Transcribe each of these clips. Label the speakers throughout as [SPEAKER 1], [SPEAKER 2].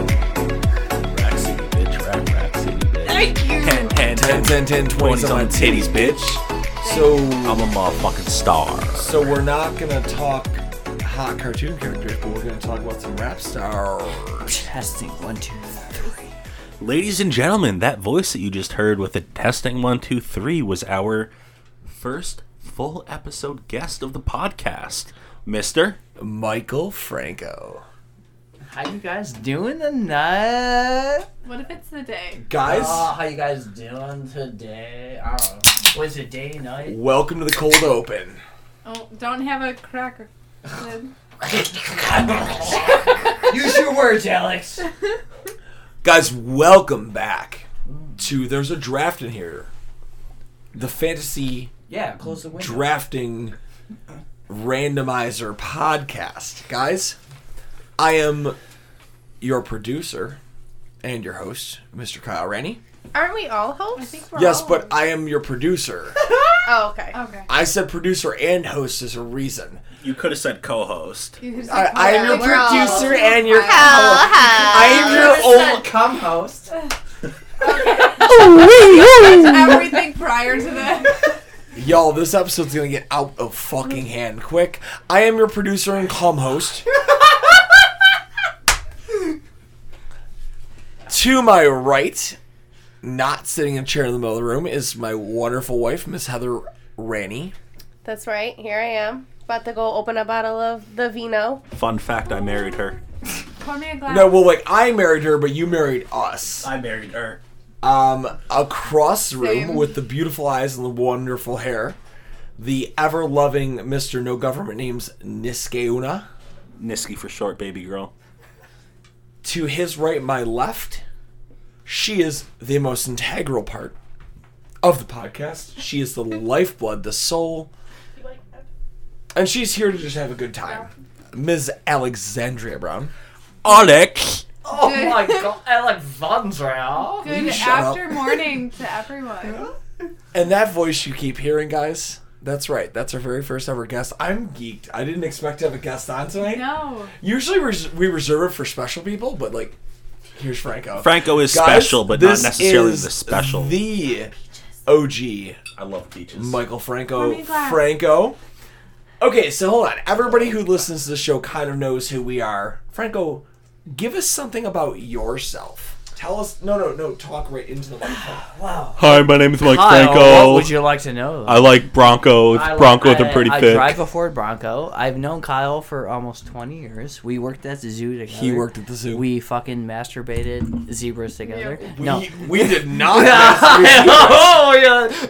[SPEAKER 1] Rack City, bitch. Rack, rack City, bitch.
[SPEAKER 2] Thank you.
[SPEAKER 1] 10, 10, 10, 10, 10, 20s on the titties, bitch.
[SPEAKER 3] So,
[SPEAKER 1] I'm a motherfucking star.
[SPEAKER 3] so we're not gonna talk hot cartoon characters, but we're gonna talk about some rap stars.
[SPEAKER 2] Testing one, two, three.
[SPEAKER 1] Ladies and gentlemen, that voice that you just heard with the testing one, two, three was our first full episode guest of the podcast, Mister.
[SPEAKER 3] Michael Franco.
[SPEAKER 2] How you guys doing tonight?
[SPEAKER 4] What if it's the day?
[SPEAKER 3] Guys,
[SPEAKER 2] Oh, how you guys doing today? I don't know. Was it day, night?
[SPEAKER 3] welcome to the cold open.
[SPEAKER 4] Oh, don't have a cracker. Good.
[SPEAKER 2] Use your words, Alex.
[SPEAKER 3] Guys, welcome back to There's a Draft in Here. The fantasy
[SPEAKER 2] Yeah, close the window.
[SPEAKER 3] drafting randomizer podcast. Guys, I am your producer and your host, Mr. Kyle Rennie.
[SPEAKER 4] Aren't we all hosts? I think we're
[SPEAKER 3] Yes, but I am your producer.
[SPEAKER 4] Oh, okay. Okay.
[SPEAKER 3] I said producer and host is a reason.
[SPEAKER 1] You could have said co-host.
[SPEAKER 4] You just
[SPEAKER 3] I,
[SPEAKER 4] like,
[SPEAKER 3] I am your
[SPEAKER 4] Oh, we're all-
[SPEAKER 3] producer and your I am your old.
[SPEAKER 2] come host.
[SPEAKER 4] Everything prior to that.
[SPEAKER 3] Y'all, this episode's gonna get out of fucking hand quick. I am your producer and calm host. to my right, not sitting in a chair in the middle of the room, is my wonderful wife, Miss Heather Ranny.
[SPEAKER 5] That's right. Here I am. About to go open a bottle of the vino.
[SPEAKER 1] Fun fact: I married her.
[SPEAKER 4] Pour me a glass.
[SPEAKER 3] No, well, like I married her, but you married us.
[SPEAKER 1] I married her.
[SPEAKER 3] um, across the room
[SPEAKER 4] Same.
[SPEAKER 3] with the beautiful eyes and the wonderful hair, the ever loving Mr. No Government Names Niskeuna.
[SPEAKER 1] Niski for short, baby girl.
[SPEAKER 3] To his right, my left, she is the most integral part of the podcast. She is the lifeblood, the soul, and she's here to just have a good time. Ms. Alexandria Brown.
[SPEAKER 1] Alex.
[SPEAKER 2] Oh
[SPEAKER 4] Good.
[SPEAKER 2] my god, Alex Vondrail.
[SPEAKER 4] Good
[SPEAKER 3] you shut
[SPEAKER 4] after morning to everyone.
[SPEAKER 3] And that voice you keep hearing, guys, that's right. That's our very first ever guest. I'm geeked. I didn't expect to have a guest on tonight.
[SPEAKER 4] No.
[SPEAKER 3] Usually res- we reserve it for special people, but like, here's Franco.
[SPEAKER 1] Franco is
[SPEAKER 3] Guys,
[SPEAKER 1] special, but not
[SPEAKER 3] this
[SPEAKER 1] necessarily
[SPEAKER 3] is
[SPEAKER 1] the special.
[SPEAKER 3] The OG
[SPEAKER 1] I love peaches.
[SPEAKER 3] Michael
[SPEAKER 4] Let
[SPEAKER 3] Franco.
[SPEAKER 4] me glass.
[SPEAKER 3] Franco. Okay, so hold on. Everybody who listens to the show kind of knows who we are. Franco, give us something about yourself. Tell us. No, no, no. Talk right into the microphone.
[SPEAKER 2] Wow.
[SPEAKER 6] Hi, my name is Mike
[SPEAKER 2] Kyle,
[SPEAKER 6] Franco.
[SPEAKER 2] what would you like to know?
[SPEAKER 6] I like Broncos.
[SPEAKER 2] I-
[SPEAKER 6] Bronco with
[SPEAKER 2] I-
[SPEAKER 6] a pretty
[SPEAKER 2] I
[SPEAKER 6] thick.
[SPEAKER 2] drive a Ford Bronco. I've known Kyle for almost 20 years. We worked at the zoo together.
[SPEAKER 3] He worked at the zoo.
[SPEAKER 2] We fucking masturbated zebras together.
[SPEAKER 3] We,
[SPEAKER 2] No.
[SPEAKER 3] we did not.
[SPEAKER 2] oh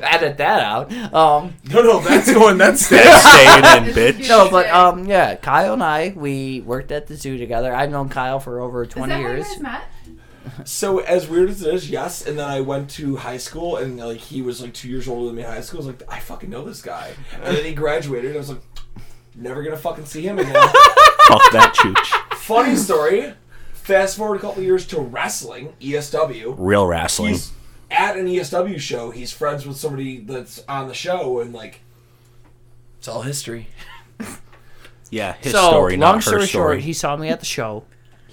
[SPEAKER 2] yeah, edit that out. Um,
[SPEAKER 3] no, no, that's going. That's
[SPEAKER 6] That's staying in,
[SPEAKER 4] It's
[SPEAKER 6] bitch.
[SPEAKER 4] cute.
[SPEAKER 2] no, but um, yeah, Kyle and I we worked at the zoo together. I've known Kyle for over
[SPEAKER 4] Is
[SPEAKER 2] 20
[SPEAKER 4] that how you
[SPEAKER 2] years.
[SPEAKER 4] guys met?
[SPEAKER 3] So as weird as it is, yes. And then I went to high school, and like he was like two years older than me in high school. I was like, I fucking know this guy. And then he graduated. And I was like, never gonna fucking see him again.
[SPEAKER 6] Fuck that chooch.
[SPEAKER 3] Funny story. Fast forward a couple years to wrestling, ESW.
[SPEAKER 1] Real wrestling.
[SPEAKER 3] He's at an ESW show. He's friends with somebody that's on the show, and like, it's all history.
[SPEAKER 1] yeah, his
[SPEAKER 2] so
[SPEAKER 1] story,
[SPEAKER 2] long
[SPEAKER 1] not
[SPEAKER 2] story
[SPEAKER 1] her
[SPEAKER 2] short,
[SPEAKER 1] story.
[SPEAKER 2] he saw me at the show.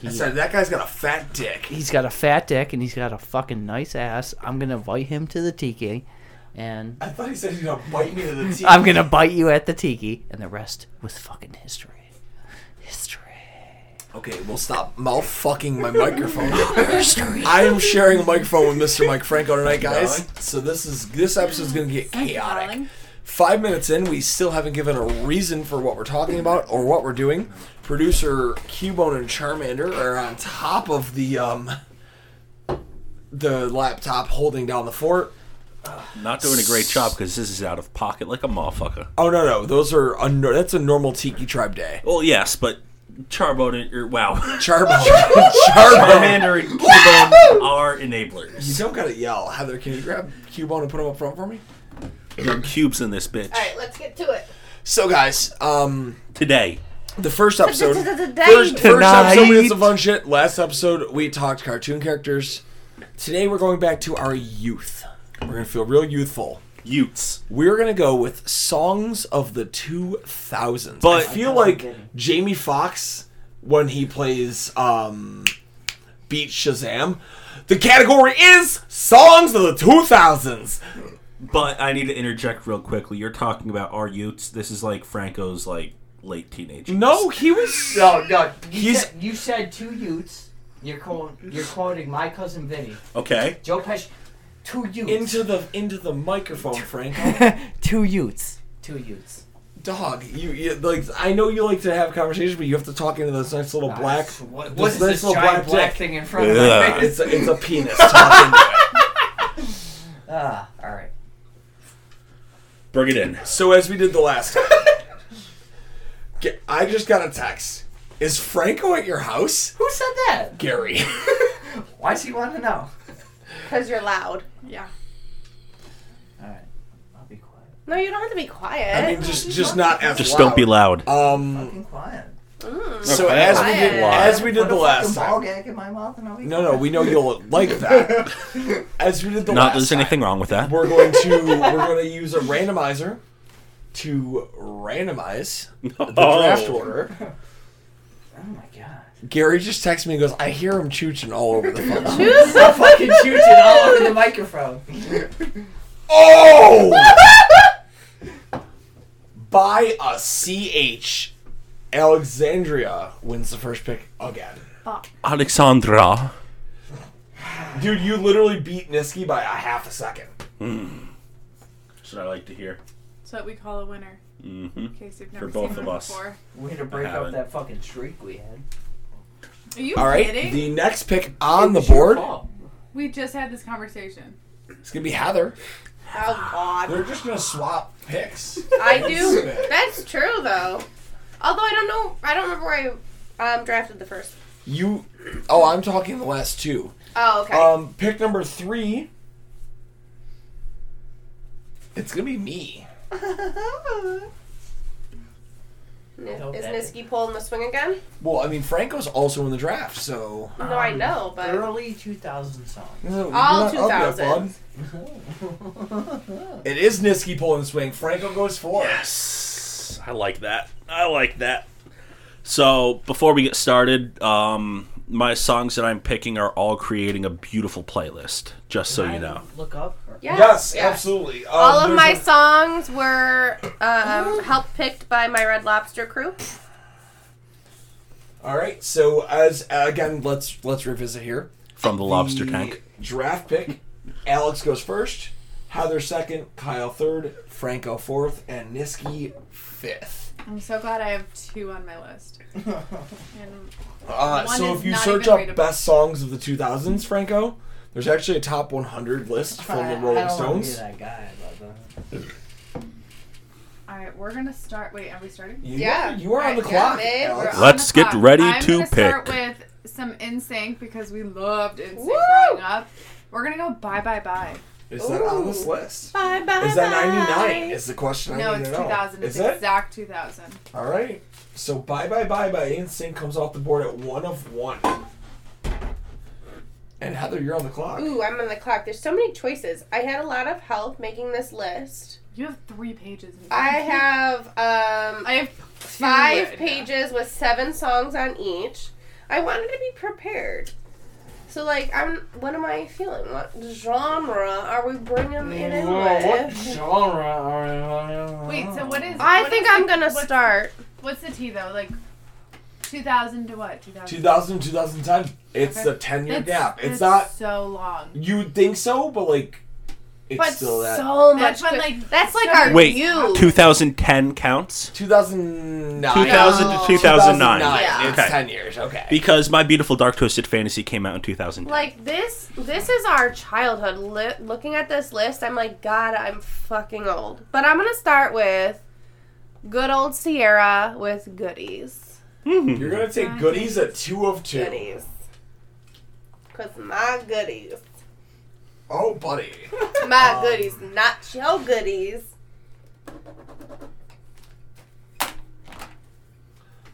[SPEAKER 3] I said that guy's got a fat dick.
[SPEAKER 2] He's got a fat dick and he's got a fucking nice ass. I'm gonna invite him to the tiki, and
[SPEAKER 3] I thought he said he's gonna bite me to the teeth.
[SPEAKER 2] I'm gonna bite you at the tiki, and the rest was fucking history. History.
[SPEAKER 3] Okay, well, stop mouth fucking my microphone. I am sharing a microphone with Mr. Mike Franco tonight, guys. So this is this episode's gonna get chaotic.
[SPEAKER 4] Darling.
[SPEAKER 3] Five minutes in, we still haven't given a reason for what we're talking about or what we're doing. Producer Cubone and Charmander are on top of the um the laptop holding down the fort.
[SPEAKER 1] Not doing a great job because this is out of pocket like a motherfucker.
[SPEAKER 3] Oh no no, those are a, nor- that's a normal Tiki Tribe day.
[SPEAKER 1] Well, yes, but Charbone, er, wow,
[SPEAKER 3] Charbo, Charbo.
[SPEAKER 1] Charmander and Cubone are
[SPEAKER 3] You
[SPEAKER 1] enablers.
[SPEAKER 3] don't gotta yell, Heather. Can you grab Cubone and put him up front for me?
[SPEAKER 1] Young cubes in this bitch
[SPEAKER 5] All right, let's get to it.
[SPEAKER 3] So guys, um,
[SPEAKER 1] today.
[SPEAKER 3] the first episode,
[SPEAKER 5] Today.
[SPEAKER 3] first, first episode we did some
[SPEAKER 6] Tonight.
[SPEAKER 3] fun shit. Last episode we talked cartoon characters. Today we're going back to our youth. We're gonna feel real youthful.
[SPEAKER 1] Utes.
[SPEAKER 3] We're gonna go with songs of the two thousands.
[SPEAKER 1] But-
[SPEAKER 3] I feel like Jamie Foxx when he plays um, Beat Shazam. The category is songs of the two thousands.
[SPEAKER 1] But I need to interject real quickly. You're talking about our Utes. This is like Franco's like late teenage. years.
[SPEAKER 3] No, he was.
[SPEAKER 2] No, no. You
[SPEAKER 3] He's-
[SPEAKER 2] said, you said two youths. You're calling. You're quoting my cousin Vinny.
[SPEAKER 1] Okay.
[SPEAKER 2] Joe Pesci. Two youths.
[SPEAKER 3] into the into the microphone, Frank.
[SPEAKER 2] two youths. Two youths.
[SPEAKER 3] Dog, you, you like I know you like to have conversations, but you have to talk into this nice little black.
[SPEAKER 2] What,
[SPEAKER 3] this
[SPEAKER 2] what is
[SPEAKER 3] nice
[SPEAKER 2] this
[SPEAKER 3] little
[SPEAKER 2] giant black,
[SPEAKER 3] dick.
[SPEAKER 2] thing in front of
[SPEAKER 1] Ugh.
[SPEAKER 2] my face?
[SPEAKER 3] It's a, it's a penis. talking to it.
[SPEAKER 2] Ah, all right.
[SPEAKER 1] Bring it in.
[SPEAKER 3] So as we did the last, time, Ga- I just got a text. Is Franco at your house,
[SPEAKER 2] Who said that?
[SPEAKER 3] Gary?
[SPEAKER 2] Why does he want to know?
[SPEAKER 5] Because you're loud.
[SPEAKER 4] Yeah.
[SPEAKER 2] All right, I'll be quiet.
[SPEAKER 5] No, you don't have to be quiet.
[SPEAKER 3] I mean, just just not as
[SPEAKER 1] Just don't be loud.
[SPEAKER 3] Um.
[SPEAKER 2] Fucking quiet.
[SPEAKER 3] So as we did
[SPEAKER 5] Quiet.
[SPEAKER 3] as we did
[SPEAKER 2] Put a
[SPEAKER 3] the last
[SPEAKER 2] fucking
[SPEAKER 3] time.
[SPEAKER 2] ball gag in my mouth and I'll be
[SPEAKER 3] No, no, we know you'll like that. As we did the
[SPEAKER 1] Not that
[SPEAKER 3] last
[SPEAKER 1] there's
[SPEAKER 3] time,
[SPEAKER 1] anything wrong with that.
[SPEAKER 3] we're going to we're going to use a randomizer to randomize the draft order.
[SPEAKER 2] Oh my god.
[SPEAKER 3] Gary just texts me and goes, I hear him chooching all over the phone.
[SPEAKER 2] Stop fucking shooting all over the microphone.
[SPEAKER 3] oh! By a CH, Alexandria wins the first pick again.
[SPEAKER 1] Alexandra.
[SPEAKER 3] Dude, you literally beat Niski by a half a second.
[SPEAKER 1] That's what I like to hear.
[SPEAKER 4] So that we call a winner.
[SPEAKER 1] Mm-hmm.
[SPEAKER 4] In case you've never
[SPEAKER 1] For both
[SPEAKER 4] seen
[SPEAKER 1] of
[SPEAKER 4] one
[SPEAKER 1] us.
[SPEAKER 4] before.
[SPEAKER 2] Way to break
[SPEAKER 1] haven't.
[SPEAKER 2] up that fucking streak we had.
[SPEAKER 4] Are you
[SPEAKER 3] All right,
[SPEAKER 4] kidding?
[SPEAKER 3] the next pick on the
[SPEAKER 2] It's your
[SPEAKER 3] board
[SPEAKER 2] fault.
[SPEAKER 4] we just had this conversation.
[SPEAKER 3] is going to be Heather.
[SPEAKER 5] Oh God.
[SPEAKER 3] They're just going to swap picks.
[SPEAKER 5] I do. That's true though. Although I don't know. I don't remember where I um, drafted the first.
[SPEAKER 3] You. Oh, I'm talking the last two.
[SPEAKER 5] Oh, okay.
[SPEAKER 3] Um, pick number three. It's going to be me.
[SPEAKER 5] N- is
[SPEAKER 2] okay.
[SPEAKER 5] Niski pulling the swing again?
[SPEAKER 3] Well, I mean, Franco's also in the draft, so.
[SPEAKER 5] No, I know, but
[SPEAKER 2] Early 2000 song.
[SPEAKER 5] all two
[SPEAKER 3] You're not up yet,
[SPEAKER 5] thousand.
[SPEAKER 3] bud. It is Niski pulling the swing. Franco goes for it.
[SPEAKER 1] Yes. I like that. I like that. So before we get started, um, my songs that I'm picking are all creating a beautiful playlist. Just so you know.
[SPEAKER 2] Look up. or-
[SPEAKER 5] Yes,
[SPEAKER 3] Yes,
[SPEAKER 5] yes.
[SPEAKER 3] absolutely. Um,
[SPEAKER 5] All of
[SPEAKER 3] there's
[SPEAKER 5] my
[SPEAKER 3] a-
[SPEAKER 5] songs were um, help picked by my Red Lobster crew.
[SPEAKER 3] All right. So as uh, again, let's let's revisit here.
[SPEAKER 1] From the lobster
[SPEAKER 3] The
[SPEAKER 1] tank.
[SPEAKER 3] Draft pick. Alex goes first. Heather second. Kyle third. Franco fourth, and Niski fifth.
[SPEAKER 4] I'm so glad I have two on my list. And
[SPEAKER 3] Uh,
[SPEAKER 4] One
[SPEAKER 3] so
[SPEAKER 4] is
[SPEAKER 3] if you
[SPEAKER 4] not
[SPEAKER 3] search
[SPEAKER 4] even
[SPEAKER 3] up
[SPEAKER 4] readable.
[SPEAKER 3] best songs of the 2000s, Franco, there's actually a top 100 list from
[SPEAKER 2] I-
[SPEAKER 3] the
[SPEAKER 2] I
[SPEAKER 3] Rolling
[SPEAKER 2] don't wanna be
[SPEAKER 3] Stones.
[SPEAKER 2] that guy, but, uh,
[SPEAKER 4] all right, we're gonna start. Wait, are we starting?
[SPEAKER 3] You
[SPEAKER 5] Yeah.
[SPEAKER 3] are, you are on the
[SPEAKER 5] Right, yeah,
[SPEAKER 3] clock.
[SPEAKER 5] babe,
[SPEAKER 3] Alex.
[SPEAKER 5] we're on.
[SPEAKER 1] Let's
[SPEAKER 4] the
[SPEAKER 1] get
[SPEAKER 4] clock.
[SPEAKER 1] ready
[SPEAKER 4] I'm
[SPEAKER 1] to
[SPEAKER 4] gonna Start
[SPEAKER 1] pick.
[SPEAKER 4] with some NSYNC because we loved NSYNC
[SPEAKER 5] Woo!
[SPEAKER 4] growing up. We're gonna go bye bye bye.
[SPEAKER 3] Is that on this
[SPEAKER 5] Ooh.
[SPEAKER 3] list?
[SPEAKER 5] Bye bye.
[SPEAKER 3] Is that 99? Is the question
[SPEAKER 4] no,
[SPEAKER 3] I need
[SPEAKER 4] it's
[SPEAKER 3] to know.
[SPEAKER 4] 2000. It's
[SPEAKER 3] Is it?
[SPEAKER 4] exact 2000.
[SPEAKER 3] All right. So bye bye bye bye. Insane comes off the board at one of one. And Heather, you're on the clock.
[SPEAKER 5] Ooh, I'm on the clock. There's so many choices. I had a lot of help making this list.
[SPEAKER 4] You have three pages. in
[SPEAKER 5] I
[SPEAKER 4] front of you.
[SPEAKER 5] have um
[SPEAKER 4] I have
[SPEAKER 5] five
[SPEAKER 4] right now.
[SPEAKER 5] pages with seven songs on each. I wanted to be prepared. So like I'm what am I feeling? What genre are we bringing it in with?
[SPEAKER 2] genre are you?
[SPEAKER 4] Wait, so what is?
[SPEAKER 5] I
[SPEAKER 4] what
[SPEAKER 5] think
[SPEAKER 4] is
[SPEAKER 5] I'm
[SPEAKER 4] the-
[SPEAKER 5] gonna
[SPEAKER 4] what's-
[SPEAKER 5] start.
[SPEAKER 4] What's the T though? Like 2000 to what? 2000.
[SPEAKER 3] 2000, 2010. It's
[SPEAKER 4] Okay.
[SPEAKER 3] a 10 year
[SPEAKER 4] That's-
[SPEAKER 3] gap. It's
[SPEAKER 4] that's
[SPEAKER 3] not.
[SPEAKER 4] so long.
[SPEAKER 3] You would think so, but like, it's
[SPEAKER 5] But
[SPEAKER 3] still that.
[SPEAKER 5] so much.
[SPEAKER 4] That's when,
[SPEAKER 5] good-
[SPEAKER 4] like,
[SPEAKER 5] that's like our
[SPEAKER 6] Wait,
[SPEAKER 5] you.
[SPEAKER 6] 2010 counts?
[SPEAKER 3] 2009.
[SPEAKER 6] 2000
[SPEAKER 5] No.
[SPEAKER 6] to 2009.
[SPEAKER 3] 2009.
[SPEAKER 5] Yeah.
[SPEAKER 3] It's
[SPEAKER 6] Okay.
[SPEAKER 3] 10 years. Okay.
[SPEAKER 6] Because My Beautiful Dark Twisted Fantasy came out in 2010.
[SPEAKER 5] Like this, this is our childhood. Li- looking at this list, I'm like, God, I'm fucking old. But I'm gonna start with good old Sierra with goodies.
[SPEAKER 3] You're going to take goodies at two of two.
[SPEAKER 5] Goodies. Cause my goodies,
[SPEAKER 3] Oh, buddy.
[SPEAKER 5] my
[SPEAKER 1] Um,
[SPEAKER 5] goodies, not your goodies.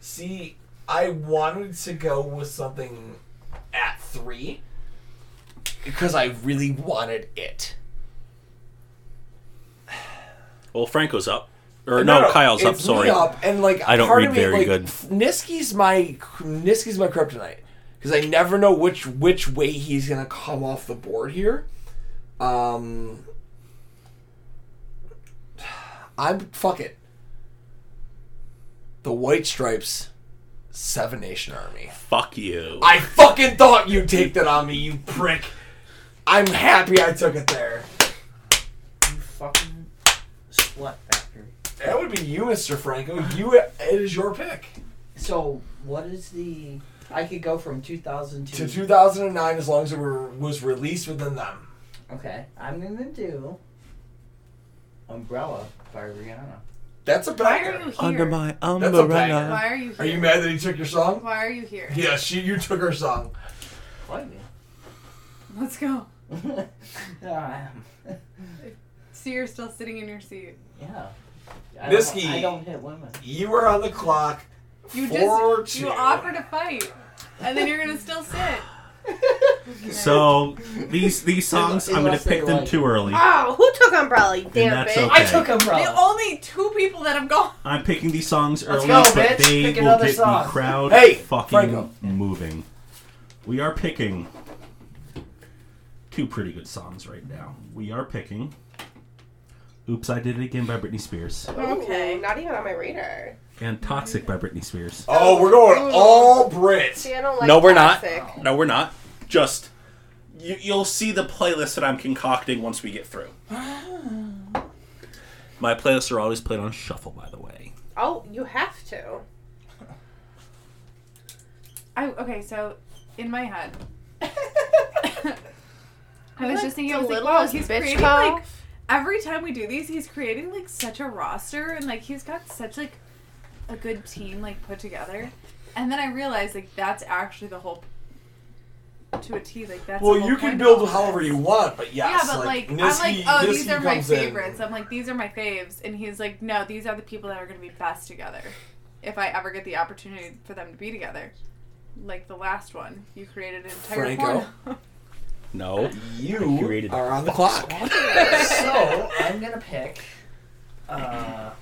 [SPEAKER 3] See, I wanted to go with something at three because I really wanted it.
[SPEAKER 1] Well, Franco's up. Or no, Kyle's up.
[SPEAKER 3] it's me
[SPEAKER 1] Sorry.
[SPEAKER 3] up, and like
[SPEAKER 1] I don't
[SPEAKER 3] part
[SPEAKER 1] read
[SPEAKER 3] of me,
[SPEAKER 1] very
[SPEAKER 3] like,
[SPEAKER 1] good.
[SPEAKER 3] Niski's my Niski's my kryptonite because I never know which which way he's gonna come off the board here. Um, I'm fuck it. The White Stripes, Seven Nation Army.
[SPEAKER 1] Fuck you.
[SPEAKER 3] I fucking thought you'd take that on me, you prick. I'm happy I took it there.
[SPEAKER 2] You fucking slut factory.
[SPEAKER 3] That would be you, Mr. Franco. You, it is your pick.
[SPEAKER 2] So what is the? I could go from 2002.
[SPEAKER 3] to 2009 as long as it were, was released within them.
[SPEAKER 2] Okay, I'm gonna do Umbrella by Rihanna.
[SPEAKER 3] That's a
[SPEAKER 4] Why are you
[SPEAKER 3] banger.
[SPEAKER 4] here?
[SPEAKER 6] Under my
[SPEAKER 3] That's a
[SPEAKER 6] umbrella.
[SPEAKER 3] banger.
[SPEAKER 4] Why are you here?
[SPEAKER 3] Are you mad that he took your song?
[SPEAKER 4] Why are you here?
[SPEAKER 3] Yeah, she, you took her song.
[SPEAKER 2] Play me.
[SPEAKER 4] Let's go.
[SPEAKER 2] Uh, yeah.
[SPEAKER 4] So you're still sitting in your seat.
[SPEAKER 2] I
[SPEAKER 3] Misky.
[SPEAKER 2] Don't, I don't hit women.
[SPEAKER 3] You were on the clock.
[SPEAKER 4] You
[SPEAKER 3] Four
[SPEAKER 4] just
[SPEAKER 3] two.
[SPEAKER 4] you offer to fight, and then you're gonna still sit.
[SPEAKER 1] So these these songs, I'm gonna
[SPEAKER 2] Unless they
[SPEAKER 1] pick them
[SPEAKER 2] like-
[SPEAKER 1] too early.
[SPEAKER 5] Oh, who took umbrella? You damn
[SPEAKER 1] that's
[SPEAKER 5] bitch.
[SPEAKER 1] okay.
[SPEAKER 2] I took
[SPEAKER 4] The
[SPEAKER 2] Umbrella.
[SPEAKER 4] only two people that have gone.
[SPEAKER 1] I'm picking these songs early,
[SPEAKER 2] go,
[SPEAKER 1] but
[SPEAKER 2] bitch.
[SPEAKER 1] they
[SPEAKER 2] Pick
[SPEAKER 1] will
[SPEAKER 2] another
[SPEAKER 1] get
[SPEAKER 2] song.
[SPEAKER 1] the crowd
[SPEAKER 3] Hey,
[SPEAKER 1] fucking
[SPEAKER 3] Franco.
[SPEAKER 1] moving. We are picking two pretty good songs right now. We are picking "Oops, I Did It Again" by Britney Spears
[SPEAKER 5] Okay, not even on my radar.
[SPEAKER 1] and "Toxic" by Britney Spears.
[SPEAKER 3] Oh, we're going all Brit.
[SPEAKER 5] See, I don't like
[SPEAKER 1] No, we're not.
[SPEAKER 5] classic.
[SPEAKER 1] No, we're not. Just you, you'll see the playlist that I'm concocting once we get through. Ah. My playlists are always played on shuffle, by the way.
[SPEAKER 5] Oh, you have to.
[SPEAKER 4] I okay. So in my head, I was
[SPEAKER 5] like
[SPEAKER 4] just thinking, I was like,
[SPEAKER 5] Delittle
[SPEAKER 4] wow,
[SPEAKER 5] as
[SPEAKER 4] he's
[SPEAKER 5] bitch
[SPEAKER 4] creating
[SPEAKER 5] call.
[SPEAKER 4] like every time we do these, he's creating like such a roster, and like he's got such like a good team like put together. And then I realized like that's actually the whole to a T. Like that's
[SPEAKER 3] Well,
[SPEAKER 4] the whole
[SPEAKER 3] you can
[SPEAKER 4] point
[SPEAKER 3] build
[SPEAKER 4] of all
[SPEAKER 3] however
[SPEAKER 4] this.
[SPEAKER 3] you want, but
[SPEAKER 4] Yeah,
[SPEAKER 3] yes,
[SPEAKER 4] but like,
[SPEAKER 3] Niski,
[SPEAKER 4] I'm like, oh, these
[SPEAKER 3] Niski
[SPEAKER 4] are my
[SPEAKER 3] comes in.
[SPEAKER 4] favorites. I'm like, these are my faves, and he's like, no, these are the people that are going to be best together. If I ever get the opportunity for them to be together, like the last one, you created an entire
[SPEAKER 3] Franco.
[SPEAKER 4] porno.
[SPEAKER 1] No,
[SPEAKER 3] You
[SPEAKER 1] created
[SPEAKER 3] are on the clock.
[SPEAKER 2] so I'm gonna pick.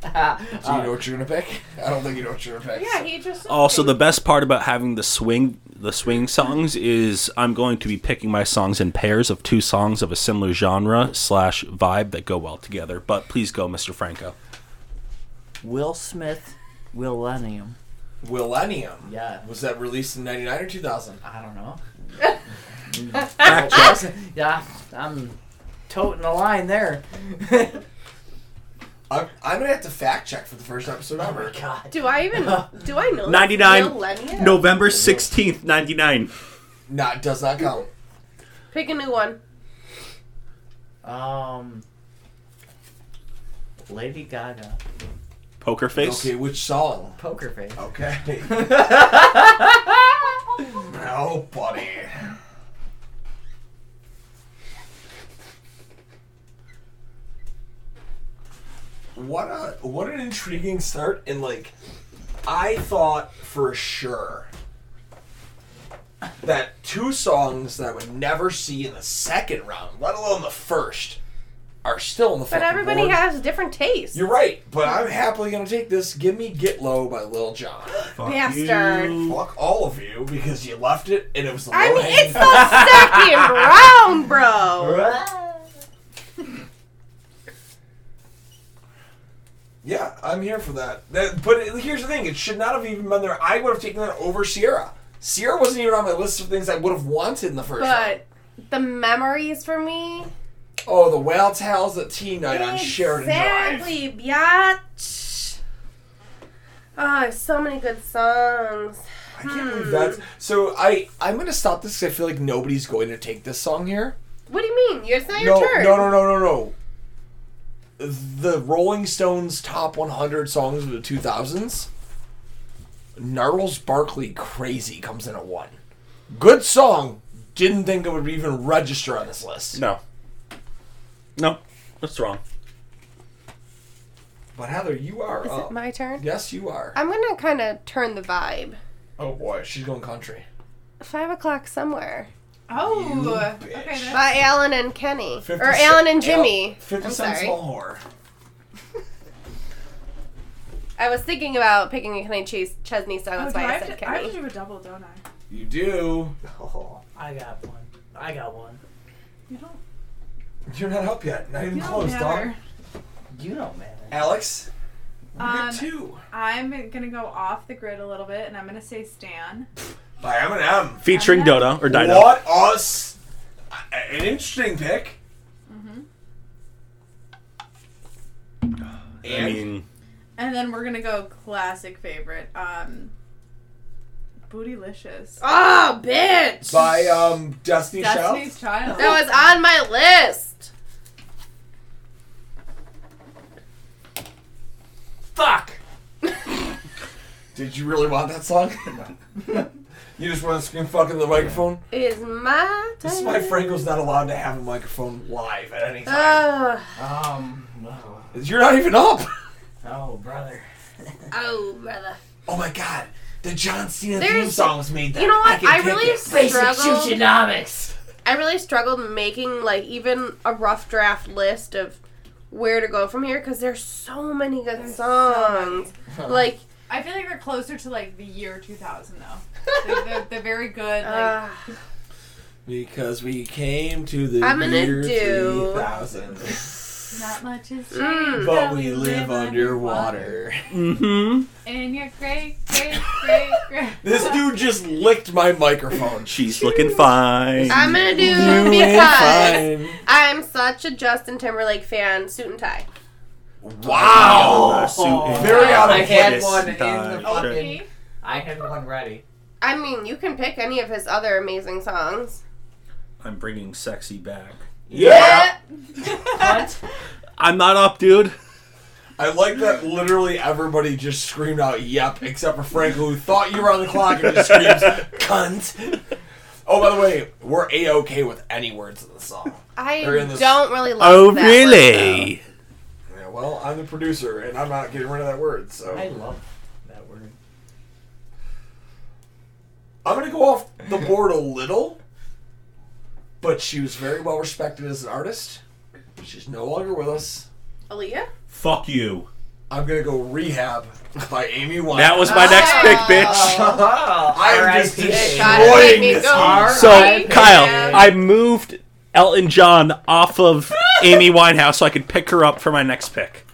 [SPEAKER 2] Uh,
[SPEAKER 3] Do you know what you're gonna pick? I don't think you know what you're gonna pick.
[SPEAKER 5] Yeah, he just.
[SPEAKER 1] Also, the best part about having the swing the swing songs is I'm going to be picking my songs in pairs of two songs of a similar genre slash vibe that go well together. But please go, Mr. Franco.
[SPEAKER 7] Will Smith, Millennium.
[SPEAKER 3] Millennium.
[SPEAKER 2] Yeah.
[SPEAKER 3] Was that released in '99 or 2000?
[SPEAKER 2] I don't know.
[SPEAKER 1] Fact check.
[SPEAKER 2] Yeah, I'm toting the line there.
[SPEAKER 3] I'm, I'm gonna have to fact check for the first episode ever.
[SPEAKER 2] Oh God.
[SPEAKER 5] Do I even? Do I know?
[SPEAKER 1] 99.
[SPEAKER 5] Millennium?
[SPEAKER 1] November sixteenth, ninety nine.
[SPEAKER 3] Nah, it does not count.
[SPEAKER 5] Pick a new one.
[SPEAKER 2] Um. Lady Gaga,
[SPEAKER 1] Poker face.
[SPEAKER 3] Okay, which song?
[SPEAKER 2] Poker Face.
[SPEAKER 3] Okay. no, buddy. What a what an intriguing start and like I thought for sure that two songs that I would never see in the second round, let alone the first, are still in the
[SPEAKER 5] But
[SPEAKER 3] fucking
[SPEAKER 5] everybody
[SPEAKER 3] board.
[SPEAKER 5] has different tastes.
[SPEAKER 3] You're right, but I'm happily gonna take this. Give me "Get Low" by Lil Jon.
[SPEAKER 1] Fuck
[SPEAKER 5] Bastard.
[SPEAKER 1] you.
[SPEAKER 3] Fuck all of you because you left it and it was the
[SPEAKER 5] I
[SPEAKER 3] low
[SPEAKER 5] mean,
[SPEAKER 3] hanging
[SPEAKER 5] it's the second round, bro.
[SPEAKER 3] Yeah, I'm here for that. that. But it- here's the thing: it should not have even been there. I would have taken that over Sierra. Sierra wasn't even on my list of things I would have wanted in the first. round.
[SPEAKER 4] But
[SPEAKER 5] the memories for me.
[SPEAKER 3] Oh, the whale tales at tea night on Sheridan Drive.
[SPEAKER 5] Exactly, biatch. Oh, so many good songs.
[SPEAKER 3] I can't
[SPEAKER 5] hmm.
[SPEAKER 3] believe that. So I I'm gonna stop this because I feel like nobody's going to take this song here.
[SPEAKER 5] What do you mean? It's not your
[SPEAKER 3] No,
[SPEAKER 5] turn.
[SPEAKER 3] no, no, no, no, no. The Rolling Stones top 100 songs of the 2000s. Gnarls Barkley Crazy comes in at one. Good song. Didn't think it would even register on this list.
[SPEAKER 1] No. No, that's wrong.
[SPEAKER 3] But Heather, you are
[SPEAKER 5] Is
[SPEAKER 3] up.
[SPEAKER 5] it my turn?
[SPEAKER 3] yes, you are.
[SPEAKER 5] I'm gonna kind of turn the vibe.
[SPEAKER 3] Oh boy, she's going country.
[SPEAKER 5] Five o'clock somewhere
[SPEAKER 3] You
[SPEAKER 4] Oh,
[SPEAKER 3] bitch.
[SPEAKER 4] okay. That's,
[SPEAKER 5] by Alan and Kenny
[SPEAKER 3] 50
[SPEAKER 5] or
[SPEAKER 3] cent-
[SPEAKER 5] Alan and
[SPEAKER 3] Al-
[SPEAKER 5] Jimmy.
[SPEAKER 3] 50
[SPEAKER 5] I'm
[SPEAKER 3] Cent
[SPEAKER 5] sorry.
[SPEAKER 3] Small Horror.
[SPEAKER 5] I was thinking about picking a Kenny Chase Chesney song.
[SPEAKER 4] oh,
[SPEAKER 5] That's
[SPEAKER 4] do I,
[SPEAKER 5] why I,
[SPEAKER 4] have
[SPEAKER 5] said
[SPEAKER 4] to, I have to
[SPEAKER 5] Kenny.
[SPEAKER 4] do a double, don't I?
[SPEAKER 3] You do.
[SPEAKER 7] I got one. I got one.
[SPEAKER 4] You don't.
[SPEAKER 3] You're not up yet. Not even
[SPEAKER 4] You don't
[SPEAKER 3] close, dog.
[SPEAKER 4] matter.
[SPEAKER 7] You don't matter.
[SPEAKER 3] Alex, you
[SPEAKER 4] Um,
[SPEAKER 3] get two.
[SPEAKER 4] I'm gonna go off the grid a little bit, and I'm gonna say Stan.
[SPEAKER 3] By Eminem.
[SPEAKER 1] Featuring Dodo or Dido.
[SPEAKER 3] What us? An interesting pick.
[SPEAKER 1] Mm-hmm. I
[SPEAKER 3] And
[SPEAKER 1] mean,
[SPEAKER 4] And then we're gonna go classic favorite, um, Bootylicious.
[SPEAKER 5] Oh, bitch!
[SPEAKER 3] by um Destiny Child.
[SPEAKER 4] Destiny's Child.
[SPEAKER 5] That was on my list.
[SPEAKER 7] Fuck!
[SPEAKER 3] Did you really want that song? you just want to scream fuck into the microphone.
[SPEAKER 5] It is my turn.
[SPEAKER 3] This is why Franco's not allowed to have a microphone live at any time.
[SPEAKER 5] Oh,
[SPEAKER 2] Um. Oh,
[SPEAKER 5] Uh,
[SPEAKER 3] You're not even up.
[SPEAKER 2] oh brother.
[SPEAKER 5] oh, brother.
[SPEAKER 3] Oh my god, the John Cena theme
[SPEAKER 5] There's-
[SPEAKER 3] song was made. That.
[SPEAKER 5] You know what?
[SPEAKER 3] can
[SPEAKER 5] I,
[SPEAKER 3] take
[SPEAKER 5] really
[SPEAKER 3] it.
[SPEAKER 5] struggled.
[SPEAKER 2] Futuronomics.
[SPEAKER 5] I really struggled making like even a rough draft list of where to go from here because there's so many good
[SPEAKER 4] There's so
[SPEAKER 5] songs. Like,
[SPEAKER 4] I feel like they're closer to like the year 2000 though. like, they're, they're very good. Like,
[SPEAKER 5] uh,
[SPEAKER 3] Because we came to the
[SPEAKER 5] I'm gonna
[SPEAKER 3] year
[SPEAKER 5] do-
[SPEAKER 3] 3000,
[SPEAKER 4] not much is
[SPEAKER 5] Mm.
[SPEAKER 4] changed,
[SPEAKER 3] but
[SPEAKER 4] though
[SPEAKER 3] we live underwater.
[SPEAKER 1] mm-hmm.
[SPEAKER 4] And you're great, great, great, great.
[SPEAKER 3] This dude just licked my microphone.
[SPEAKER 1] She's looking fine.
[SPEAKER 5] I'm gonna do
[SPEAKER 3] You
[SPEAKER 5] because
[SPEAKER 3] ain't
[SPEAKER 5] I'm such a Justin Timberlake fan. Suit and tie.
[SPEAKER 3] fine. Wow. Very out of
[SPEAKER 2] I had
[SPEAKER 3] place.
[SPEAKER 2] one in
[SPEAKER 1] Uh,
[SPEAKER 2] the fucking.
[SPEAKER 4] Okay.
[SPEAKER 2] I had one ready.
[SPEAKER 5] I mean, you can pick any of his other amazing songs.
[SPEAKER 1] I'm bringing sexy back.
[SPEAKER 3] Yeah.
[SPEAKER 1] I'm not up, dude.
[SPEAKER 3] I like that literally everybody just screamed out yep, except for Frank who thought you were on the clock and just screams cunt. Oh, by the way, we're a okay with any words in the song.
[SPEAKER 5] I
[SPEAKER 3] They're in this-
[SPEAKER 5] don't really like.
[SPEAKER 1] Oh,
[SPEAKER 5] that
[SPEAKER 1] really?
[SPEAKER 3] Yeah, well, I'm the producer and I'm not getting rid of that word, so
[SPEAKER 2] I love that word.
[SPEAKER 3] I'm gonna go off the board a little, but she was very well respected as an artist. She's no longer with us.
[SPEAKER 5] One. Aaliyah.
[SPEAKER 1] Fuck you.
[SPEAKER 3] I'm gonna go rehab by Amy Winehouse.
[SPEAKER 1] That was my next
[SPEAKER 2] Ah.
[SPEAKER 5] Oh.
[SPEAKER 1] pick, bitch.
[SPEAKER 3] I'm just
[SPEAKER 5] God,
[SPEAKER 3] Destroying
[SPEAKER 5] make me
[SPEAKER 3] this
[SPEAKER 5] go.
[SPEAKER 3] R-
[SPEAKER 1] So,
[SPEAKER 5] I-
[SPEAKER 1] Kyle,
[SPEAKER 5] Yeah.
[SPEAKER 1] I moved Elton John off of Amy Winehouse so I could pick her up for my next pick.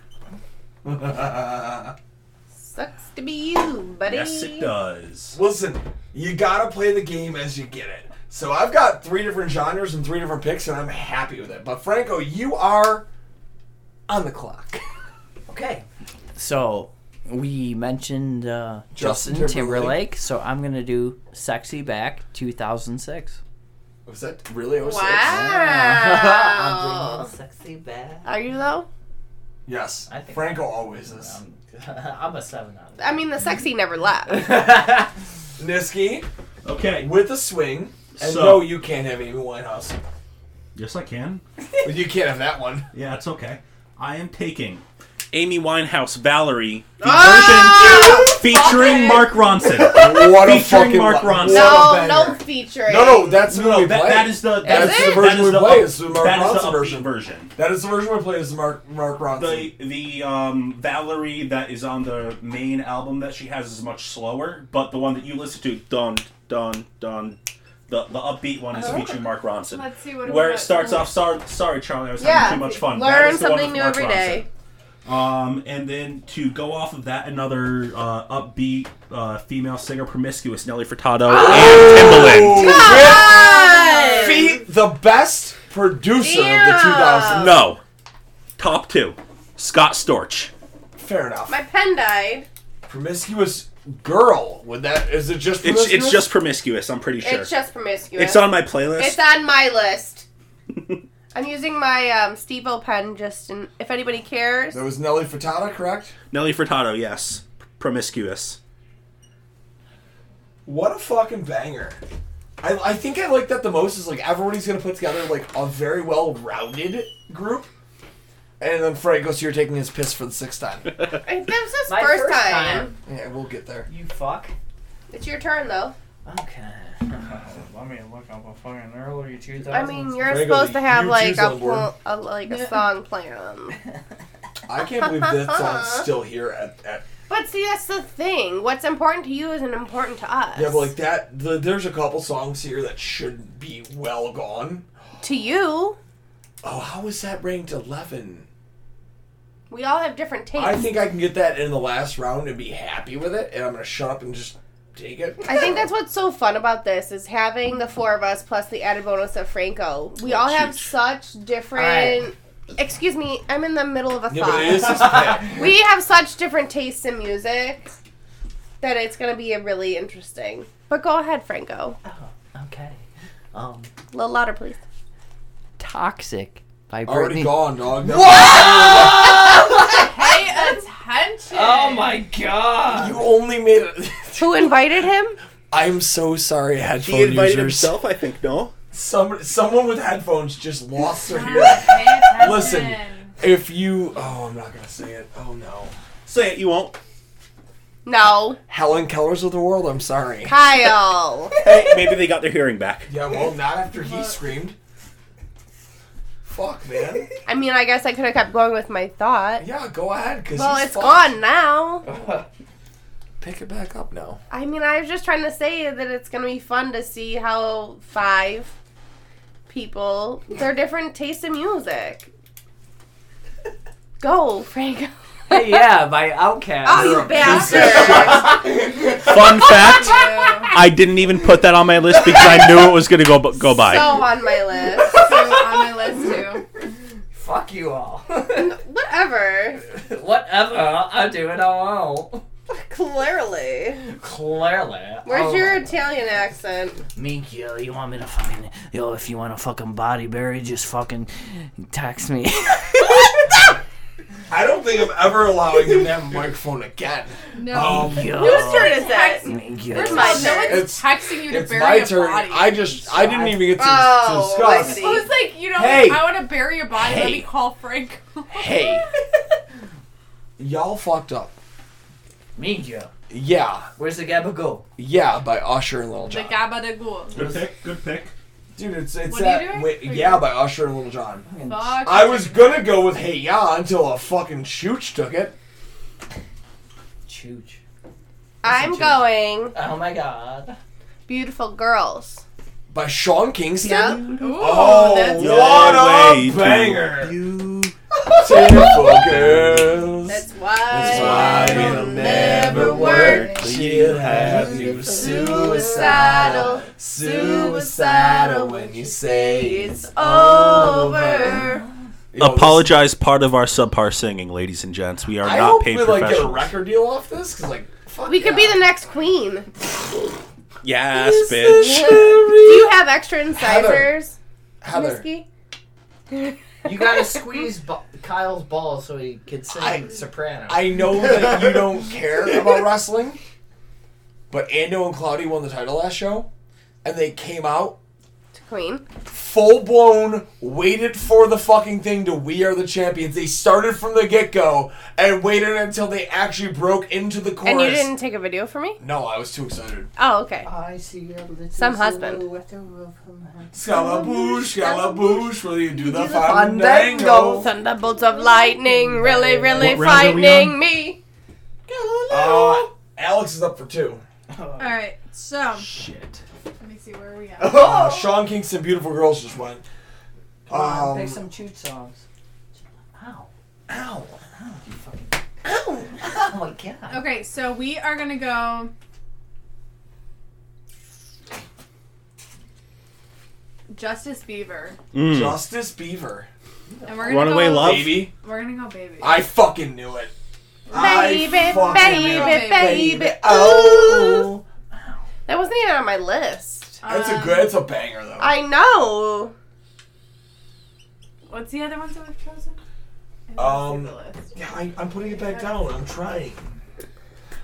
[SPEAKER 5] Sucks to be you, buddy.
[SPEAKER 1] does.
[SPEAKER 3] Listen, you gotta play the game as you get it. So I've got three different genres and three different picks, and I'm happy with it. But Franco, you are on the clock.
[SPEAKER 2] Okay.
[SPEAKER 7] So we mentioned uh,
[SPEAKER 3] Justin
[SPEAKER 7] Justin,
[SPEAKER 3] Timberlake.
[SPEAKER 7] Timberlake. so I'm gonna do "Sexy Back" 2006.
[SPEAKER 3] Was that really 06?
[SPEAKER 5] Oh.
[SPEAKER 2] I'm
[SPEAKER 5] Wow.
[SPEAKER 2] doing sexy back.
[SPEAKER 5] Are you though?
[SPEAKER 3] Yes.
[SPEAKER 2] I think-
[SPEAKER 3] Franco always is.
[SPEAKER 2] I'm, I'm a seven out of.
[SPEAKER 5] I mean, the sexy never left.
[SPEAKER 2] ten.
[SPEAKER 3] Niski
[SPEAKER 1] Okay.
[SPEAKER 3] with a swing. And
[SPEAKER 1] So-
[SPEAKER 3] no, you can't have Amy Winehouse.
[SPEAKER 1] Yes, I can.
[SPEAKER 3] you can't have that one.
[SPEAKER 1] Yeah, it's okay. I am taking Amy Winehouse, Valerie, the
[SPEAKER 3] Ah!
[SPEAKER 1] version featuring Mark Ronson.
[SPEAKER 3] What
[SPEAKER 1] Featuring Mark
[SPEAKER 3] li-
[SPEAKER 1] Ronson.
[SPEAKER 3] what a
[SPEAKER 5] no,
[SPEAKER 3] banger.
[SPEAKER 5] no featuring.
[SPEAKER 3] No, no, that's no,
[SPEAKER 1] that, that is the
[SPEAKER 5] That's
[SPEAKER 1] that's
[SPEAKER 5] the
[SPEAKER 1] that
[SPEAKER 3] version
[SPEAKER 1] is
[SPEAKER 3] we
[SPEAKER 1] the
[SPEAKER 3] play,
[SPEAKER 1] up-
[SPEAKER 3] is the Mark
[SPEAKER 1] that is the
[SPEAKER 3] Ronson
[SPEAKER 1] upbeat
[SPEAKER 3] version.
[SPEAKER 1] version.
[SPEAKER 3] that is the version we play is Mark Mark Ronson.
[SPEAKER 1] The the um, Valerie that is on the main album that she has is much slower, but the one that you listen to, dun dun dun, the the upbeat one
[SPEAKER 5] Oh.
[SPEAKER 1] is featuring Mark Ronson.
[SPEAKER 4] Let's see what
[SPEAKER 1] where
[SPEAKER 4] we
[SPEAKER 1] it
[SPEAKER 4] got.
[SPEAKER 1] starts off. Sorry, sorry, Charlie, I was
[SPEAKER 5] Yeah.
[SPEAKER 1] having too much fun. That
[SPEAKER 5] Learn
[SPEAKER 1] is the one
[SPEAKER 5] something new
[SPEAKER 1] with Mark
[SPEAKER 5] every day.
[SPEAKER 1] Ronson. Um, and then to go off of that, another uh, upbeat uh, female singer, promiscuous Nelly Furtado and Timbaland.
[SPEAKER 5] God!
[SPEAKER 3] Feet the best producer of the
[SPEAKER 5] Yeah.
[SPEAKER 3] 2000s.
[SPEAKER 1] No. Top two. Scott Storch.
[SPEAKER 3] Fair enough.
[SPEAKER 5] My pen died.
[SPEAKER 3] promiscuous girl. Would that is it just
[SPEAKER 1] It's
[SPEAKER 3] promiscuous?
[SPEAKER 1] it's just promiscuous. I'm pretty sure.
[SPEAKER 5] It's just promiscuous.
[SPEAKER 1] It's on my playlist.
[SPEAKER 5] It's on my list. I'm using my um, Steve-O pen just in, if anybody cares.
[SPEAKER 3] There was Nelly Furtado, correct?
[SPEAKER 1] Nelly Furtado. Yes. Promiscuous.
[SPEAKER 3] What a fucking banger. I, I think I like that the most is like everybody's gonna put together like a very well rounded group. And then Frank goes, You're taking his piss for the sixth time.
[SPEAKER 5] I- That was his
[SPEAKER 2] My
[SPEAKER 5] first,
[SPEAKER 2] first
[SPEAKER 5] time.
[SPEAKER 2] time.
[SPEAKER 3] yeah, we'll get there.
[SPEAKER 2] You fuck.
[SPEAKER 5] It's your turn though.
[SPEAKER 2] Okay. Let me look up a fucking earlier 2000s.
[SPEAKER 5] I mean, you're
[SPEAKER 3] Frank,
[SPEAKER 5] supposed to
[SPEAKER 3] the
[SPEAKER 5] have
[SPEAKER 3] huge
[SPEAKER 5] like
[SPEAKER 3] juice
[SPEAKER 5] a,
[SPEAKER 3] on board.
[SPEAKER 5] pl- a like a
[SPEAKER 4] Yeah.
[SPEAKER 5] song planned.
[SPEAKER 3] I can't believe that song's still here at, at
[SPEAKER 5] But see, that's the thing. What's important to you isn't important to us.
[SPEAKER 3] Yeah, but like that the, there's a couple songs here that should be well gone.
[SPEAKER 5] to you,
[SPEAKER 3] Oh, how is that ranked eleven?
[SPEAKER 5] we all have different tastes.
[SPEAKER 3] I think I can get that in the last round and be happy with it, and I'm gonna shut up and just take it.
[SPEAKER 5] I think that's what's so fun about this is having the four of us plus the added bonus of Franco. We all have such different. Excuse me, I'm in the middle of a
[SPEAKER 3] Yeah,
[SPEAKER 5] thought.
[SPEAKER 3] but it is his pick.
[SPEAKER 5] we have such different tastes in music that it's gonna be a really interesting. But go ahead, Franco.
[SPEAKER 7] Okay. Um,
[SPEAKER 5] A little louder, please.
[SPEAKER 7] Toxic by
[SPEAKER 3] Already
[SPEAKER 7] Britney.
[SPEAKER 3] gone, dog. No.
[SPEAKER 4] Pay attention.
[SPEAKER 2] Oh my god!
[SPEAKER 3] You only made it.
[SPEAKER 5] Who invited him?
[SPEAKER 3] I'm so sorry, headphone
[SPEAKER 1] He invited
[SPEAKER 3] users.
[SPEAKER 1] himself. I think. No.
[SPEAKER 3] Some, someone with headphones just lost their hearing.
[SPEAKER 4] Pay attention.
[SPEAKER 3] Listen. If you. Oh, I'm not going to say it. Oh, no.
[SPEAKER 1] Say it. You won't.
[SPEAKER 5] No,
[SPEAKER 3] Helen Keller's of the world, I'm sorry.
[SPEAKER 5] Kyle.
[SPEAKER 1] Hey, maybe they got their hearing back.
[SPEAKER 3] Yeah, well, not after he screamed. Fuck, man.
[SPEAKER 5] I mean, I guess I could have kept going with my thought.
[SPEAKER 3] Yeah, go ahead, because
[SPEAKER 5] Well,
[SPEAKER 3] he's
[SPEAKER 5] it's
[SPEAKER 3] fucked.
[SPEAKER 5] gone now.
[SPEAKER 3] Pick it back up now.
[SPEAKER 5] I mean, I was just trying to say that it's going to be fun to see how five people, their different tastes in music. Go, Franco.
[SPEAKER 2] Hey, yeah, by Outkast.
[SPEAKER 5] Oh, you bastard.
[SPEAKER 1] Fun fact: I didn't even put that on my list because I knew it was going to go b- go by.
[SPEAKER 5] So on my list.
[SPEAKER 4] So, on my list too.
[SPEAKER 2] Fuck you all.
[SPEAKER 5] Whatever.
[SPEAKER 2] Whatever, I do it all.
[SPEAKER 5] Clearly.
[SPEAKER 2] Clearly.
[SPEAKER 5] Where's
[SPEAKER 2] Oh.
[SPEAKER 5] your Italian accent?
[SPEAKER 7] Mink, yo, you want me to fucking yo? If you want a fucking body bury, just fucking text me.
[SPEAKER 3] I don't think I'm ever allowing him that microphone again.
[SPEAKER 4] No.
[SPEAKER 3] Um,
[SPEAKER 7] yo,
[SPEAKER 5] Whose turn is it?
[SPEAKER 7] Mink, yo.
[SPEAKER 4] First of all, no
[SPEAKER 5] turn.
[SPEAKER 4] one's
[SPEAKER 3] It's-
[SPEAKER 4] texting you to
[SPEAKER 3] It's
[SPEAKER 4] bury
[SPEAKER 3] my
[SPEAKER 4] a
[SPEAKER 3] turn.
[SPEAKER 4] body.
[SPEAKER 3] I just I didn't even get to,
[SPEAKER 5] Oh,
[SPEAKER 3] to
[SPEAKER 5] I
[SPEAKER 3] discuss.
[SPEAKER 5] see.
[SPEAKER 4] Well, it's like, you know,
[SPEAKER 3] Hey.
[SPEAKER 4] I want to bury a body. Let
[SPEAKER 3] Hey.
[SPEAKER 4] me call Frank.
[SPEAKER 3] Hey, y'all fucked up.
[SPEAKER 2] Mink, yo.
[SPEAKER 3] Yeah,
[SPEAKER 2] Where's the Gabba Go?
[SPEAKER 3] yeah, by Usher and Little
[SPEAKER 4] the
[SPEAKER 3] John.
[SPEAKER 4] Gabba da Ghoul.
[SPEAKER 1] Good pick. Good pick.
[SPEAKER 3] Dude, it's it's
[SPEAKER 4] What are you
[SPEAKER 3] that.
[SPEAKER 4] doing?
[SPEAKER 3] Wait,
[SPEAKER 4] Are you-
[SPEAKER 3] yeah, by Usher and Little John.
[SPEAKER 4] Fuck.
[SPEAKER 3] I was gonna go with Hey Ya until a fucking chooch took it.
[SPEAKER 2] Chooch.
[SPEAKER 5] I'm going
[SPEAKER 2] Oh my god.
[SPEAKER 5] Beautiful Girls.
[SPEAKER 3] By Sean Kingston.
[SPEAKER 4] Ooh,
[SPEAKER 3] Oh,
[SPEAKER 4] that's
[SPEAKER 1] No
[SPEAKER 3] what
[SPEAKER 1] way
[SPEAKER 3] a
[SPEAKER 1] to
[SPEAKER 3] banger!
[SPEAKER 1] You.
[SPEAKER 3] Beautiful girls.
[SPEAKER 5] That's why,
[SPEAKER 3] why it'll never work. She'll have you suicidal, suicidal when you say it's over.
[SPEAKER 1] Apologize part of our subpar singing, ladies and gents. We are
[SPEAKER 3] I
[SPEAKER 1] not
[SPEAKER 3] hope
[SPEAKER 1] paid
[SPEAKER 3] we like get a
[SPEAKER 1] professionals.
[SPEAKER 3] record deal off this, cause like fuck
[SPEAKER 5] We could be
[SPEAKER 3] yeah.
[SPEAKER 5] the next queen.
[SPEAKER 1] yes, bitch.
[SPEAKER 5] Do you have extra incisors,
[SPEAKER 3] Heather.
[SPEAKER 5] Whiskey?
[SPEAKER 2] You gotta squeeze bu- Kyle's balls so he could sing
[SPEAKER 3] I-
[SPEAKER 2] soprano.
[SPEAKER 3] I know that you don't care about wrestling, but Ando and Cloudy won the title last show, and they came out
[SPEAKER 5] To queen.
[SPEAKER 3] full blown, waited for the fucking thing to We Are the Champions. They started from the get go and waited until they actually broke into the chorus.
[SPEAKER 5] And you didn't take a video for me?
[SPEAKER 3] No, I was too excited.
[SPEAKER 5] Oh, okay.
[SPEAKER 2] I see a little
[SPEAKER 5] Some husband.
[SPEAKER 2] silhouette of her.
[SPEAKER 3] Scalaboosh, scalaboosh, will you do the
[SPEAKER 2] fandango?
[SPEAKER 3] fandango?
[SPEAKER 5] Thunderbolts of lightning, really, really
[SPEAKER 8] What round are we
[SPEAKER 5] frightening me.
[SPEAKER 3] Uh, Alex is up for two.
[SPEAKER 4] All right, so
[SPEAKER 7] Shit.
[SPEAKER 4] let me see where are we at.
[SPEAKER 3] Uh, Sean Kingston, Beautiful Girls just went.
[SPEAKER 2] Come on,
[SPEAKER 3] Um,
[SPEAKER 2] pick some chooch songs. Ow.
[SPEAKER 3] Ow.
[SPEAKER 2] You fucking. Ow! Oh my god.
[SPEAKER 4] Okay, so we are gonna go. Justice Beaver,
[SPEAKER 1] Mm.
[SPEAKER 3] Justice Beaver.
[SPEAKER 4] and we're gonna
[SPEAKER 1] Runaway
[SPEAKER 4] go,
[SPEAKER 1] Love?
[SPEAKER 3] Baby.
[SPEAKER 4] We're gonna go baby.
[SPEAKER 3] I fucking knew it.
[SPEAKER 5] Baby,
[SPEAKER 3] I fucking knew it.
[SPEAKER 5] baby, baby,
[SPEAKER 3] Oh.
[SPEAKER 5] That wasn't even on my list.
[SPEAKER 3] That's a
[SPEAKER 4] Um,
[SPEAKER 3] good, that's a banger though.
[SPEAKER 5] I know.
[SPEAKER 4] What's the other ones that we've chosen? I
[SPEAKER 3] Um,
[SPEAKER 4] didn't see the list.
[SPEAKER 3] Yeah, I, I'm putting it back down. I'm trying.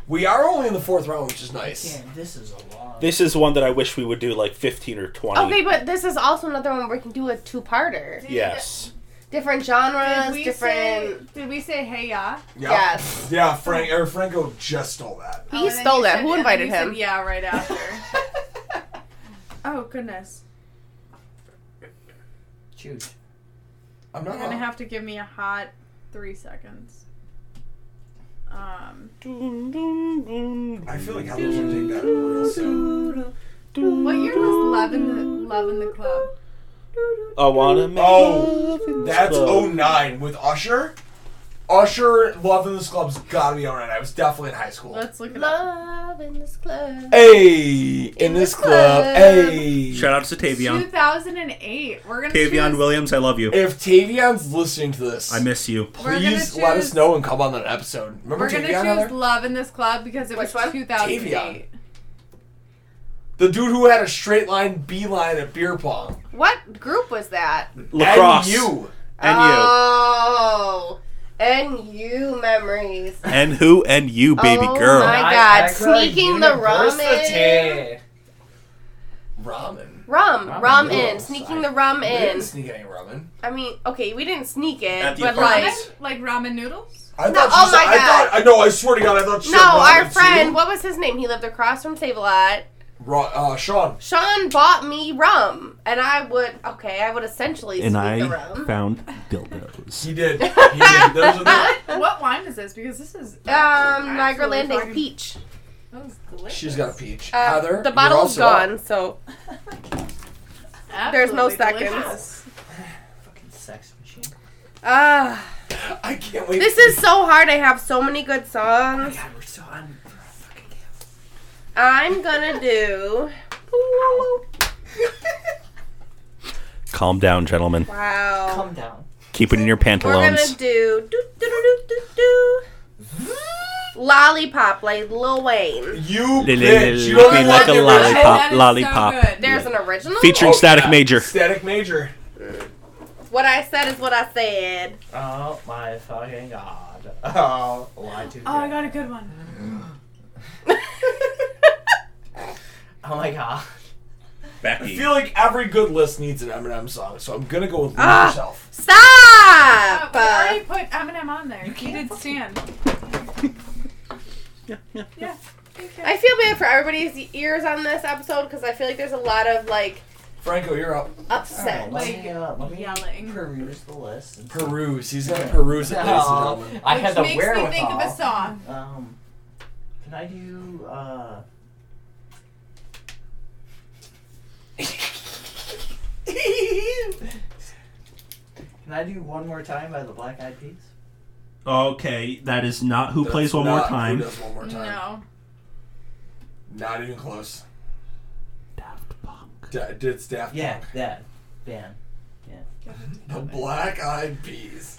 [SPEAKER 3] We are only in the fourth round, which is nice.
[SPEAKER 2] Damn, this is a long.
[SPEAKER 1] This is one that I wish we would do like 15 or 20.
[SPEAKER 5] Okay, but this is also another one where we can do a two-parter.
[SPEAKER 1] Yes.
[SPEAKER 5] Different
[SPEAKER 4] Did
[SPEAKER 5] genres,
[SPEAKER 4] we
[SPEAKER 5] different.
[SPEAKER 4] say? Did we say hey ya?
[SPEAKER 3] Yeah.
[SPEAKER 5] Yes.
[SPEAKER 3] Yeah, Frank or Franco just stole that.
[SPEAKER 4] Oh,
[SPEAKER 5] He
[SPEAKER 4] and then
[SPEAKER 5] stole
[SPEAKER 4] you
[SPEAKER 5] that.
[SPEAKER 4] said-
[SPEAKER 5] Who
[SPEAKER 4] and then
[SPEAKER 5] invited
[SPEAKER 4] you said
[SPEAKER 5] him?
[SPEAKER 4] yeah, right after. oh goodness,
[SPEAKER 2] Shoot.
[SPEAKER 3] I'm
[SPEAKER 4] you're
[SPEAKER 3] not
[SPEAKER 4] gonna
[SPEAKER 3] wrong.
[SPEAKER 4] have to give me a hot three seconds. Um,
[SPEAKER 3] I feel like Heather's gonna take that real soon.
[SPEAKER 4] what year was Love in the Love in the Club?
[SPEAKER 1] I wanna make
[SPEAKER 3] Oh,
[SPEAKER 1] love in this
[SPEAKER 3] That's
[SPEAKER 1] club.
[SPEAKER 3] 09 with Usher. Usher, Love in this club's gotta be 09. I was definitely in high school.
[SPEAKER 4] Let's look it up.
[SPEAKER 5] Love in this club.
[SPEAKER 3] Hey, in, this club.
[SPEAKER 5] club.
[SPEAKER 3] Hey.
[SPEAKER 6] Shout out to Tavion.
[SPEAKER 4] 2008. We're gonna
[SPEAKER 6] Tavion
[SPEAKER 4] choose-
[SPEAKER 6] Williams, I love you.
[SPEAKER 3] If Tavion's listening to this,
[SPEAKER 6] I miss you.
[SPEAKER 4] We're gonna
[SPEAKER 3] please let
[SPEAKER 4] choose-
[SPEAKER 3] us know and come on an episode. Remember
[SPEAKER 4] We're gonna
[SPEAKER 3] Tavion,
[SPEAKER 4] choose
[SPEAKER 3] Heather?
[SPEAKER 4] Love in this club because it
[SPEAKER 5] Which
[SPEAKER 4] was
[SPEAKER 5] one?
[SPEAKER 4] 2008.
[SPEAKER 3] The dude who had a straight line beeline at beer pong.
[SPEAKER 5] What group was that?
[SPEAKER 1] Lacrosse.
[SPEAKER 3] And you.
[SPEAKER 1] And
[SPEAKER 5] Uh,
[SPEAKER 1] you.
[SPEAKER 5] Oh. And you memories.
[SPEAKER 6] And who and you, baby
[SPEAKER 5] Oh
[SPEAKER 6] girl.
[SPEAKER 5] my- God, sneaking the rum in.
[SPEAKER 3] Ramen.
[SPEAKER 5] Rum. Rum,
[SPEAKER 2] Rum
[SPEAKER 5] in.
[SPEAKER 2] rules.
[SPEAKER 5] Sneaking the rum
[SPEAKER 3] We
[SPEAKER 5] in.
[SPEAKER 3] didn't sneak any ramen.
[SPEAKER 5] I mean, okay, we didn't sneak
[SPEAKER 6] At
[SPEAKER 5] it,
[SPEAKER 6] the
[SPEAKER 5] but like.
[SPEAKER 6] apartment.
[SPEAKER 4] Ramen? Like ramen noodles?
[SPEAKER 3] I
[SPEAKER 5] No,
[SPEAKER 3] thought
[SPEAKER 5] oh
[SPEAKER 3] she said,
[SPEAKER 5] my
[SPEAKER 3] I
[SPEAKER 5] God.
[SPEAKER 3] thought I know I swear to God I thought she
[SPEAKER 5] No,
[SPEAKER 3] said ramen
[SPEAKER 5] our
[SPEAKER 3] too.
[SPEAKER 5] friend, what was his name? He lived across from Save a Lot.
[SPEAKER 3] Ra- uh, Sean.
[SPEAKER 5] Sean bought me rum, and I would okay, I would essentially sneak
[SPEAKER 6] And
[SPEAKER 5] the
[SPEAKER 6] I
[SPEAKER 5] rum.
[SPEAKER 6] found dildos.
[SPEAKER 3] He did. He did. There's
[SPEAKER 5] Uh,
[SPEAKER 3] a-
[SPEAKER 4] What wine is this? Because this is
[SPEAKER 5] Um, Niagara
[SPEAKER 4] absolutely
[SPEAKER 5] Landing
[SPEAKER 4] fucking-
[SPEAKER 5] peach.
[SPEAKER 4] That was delicious.
[SPEAKER 3] She's got a peach.
[SPEAKER 5] Uh,
[SPEAKER 3] Heather,
[SPEAKER 5] the
[SPEAKER 3] you're
[SPEAKER 5] bottle's
[SPEAKER 3] also up.
[SPEAKER 5] gone, so
[SPEAKER 4] Absolutely
[SPEAKER 5] no seconds.
[SPEAKER 4] delicious.
[SPEAKER 2] Fucking sex machine.
[SPEAKER 5] ah,
[SPEAKER 3] I can't wait.
[SPEAKER 5] this is so hard. I have so many good songs.
[SPEAKER 2] God, we're so on. Fucking
[SPEAKER 5] I'm gonna do.
[SPEAKER 6] Calm down, gentlemen.
[SPEAKER 5] Wow.
[SPEAKER 2] calm down.
[SPEAKER 6] Keep it in your
[SPEAKER 5] We're gonna
[SPEAKER 6] pantalones.
[SPEAKER 5] do do do do do do. Lollipop, like Lil Wayne.
[SPEAKER 3] you
[SPEAKER 6] Li- li-
[SPEAKER 3] bitch.
[SPEAKER 6] li-
[SPEAKER 3] You
[SPEAKER 6] li-
[SPEAKER 3] don't
[SPEAKER 6] li-
[SPEAKER 3] even
[SPEAKER 6] like
[SPEAKER 3] the
[SPEAKER 6] a
[SPEAKER 3] original.
[SPEAKER 6] lollipop.
[SPEAKER 4] That is so
[SPEAKER 6] lollipop.
[SPEAKER 4] good.
[SPEAKER 5] There's an original.
[SPEAKER 6] Featuring
[SPEAKER 3] Oh,
[SPEAKER 6] Static
[SPEAKER 3] yeah.
[SPEAKER 6] Major.
[SPEAKER 3] Static Major.
[SPEAKER 5] What I said is what I said.
[SPEAKER 2] Oh my fucking god. Oh, why do
[SPEAKER 4] Oh, I got a good one.
[SPEAKER 2] Oh my god.
[SPEAKER 3] I
[SPEAKER 6] Becky.
[SPEAKER 3] feel like every good list needs an Eminem song, so I'm gonna go with Lose
[SPEAKER 5] Ah.
[SPEAKER 3] Yourself.
[SPEAKER 4] Oh,
[SPEAKER 5] Stop.
[SPEAKER 4] we already put Eminem on there. He did stand. yeah,
[SPEAKER 5] I feel bad for everybody's ears on this episode because I feel like there's a lot of like
[SPEAKER 3] Franco, you're up.
[SPEAKER 5] upset.
[SPEAKER 2] let
[SPEAKER 4] Like,
[SPEAKER 2] me, uh, let me
[SPEAKER 4] yelling.
[SPEAKER 2] peruse the list. and-
[SPEAKER 3] Peruse. He's gonna peruse it, ladies and
[SPEAKER 2] Oh,
[SPEAKER 3] gentlemen.
[SPEAKER 2] I
[SPEAKER 4] Which
[SPEAKER 2] had the
[SPEAKER 4] makes
[SPEAKER 2] wherewithal.
[SPEAKER 4] me think of a song.
[SPEAKER 2] Um, can I do uh? Can I do one more time by the Black Eyed Peas?
[SPEAKER 6] Okay, that is not who plays
[SPEAKER 3] That's
[SPEAKER 6] one more
[SPEAKER 3] not- who
[SPEAKER 6] time.
[SPEAKER 3] does one more time?
[SPEAKER 4] No.
[SPEAKER 3] Not even close.
[SPEAKER 6] Daft Punk.
[SPEAKER 3] Da- it's Daft
[SPEAKER 2] Yeah,
[SPEAKER 3] Punk.
[SPEAKER 2] that band.
[SPEAKER 3] The Black Eyed Peas.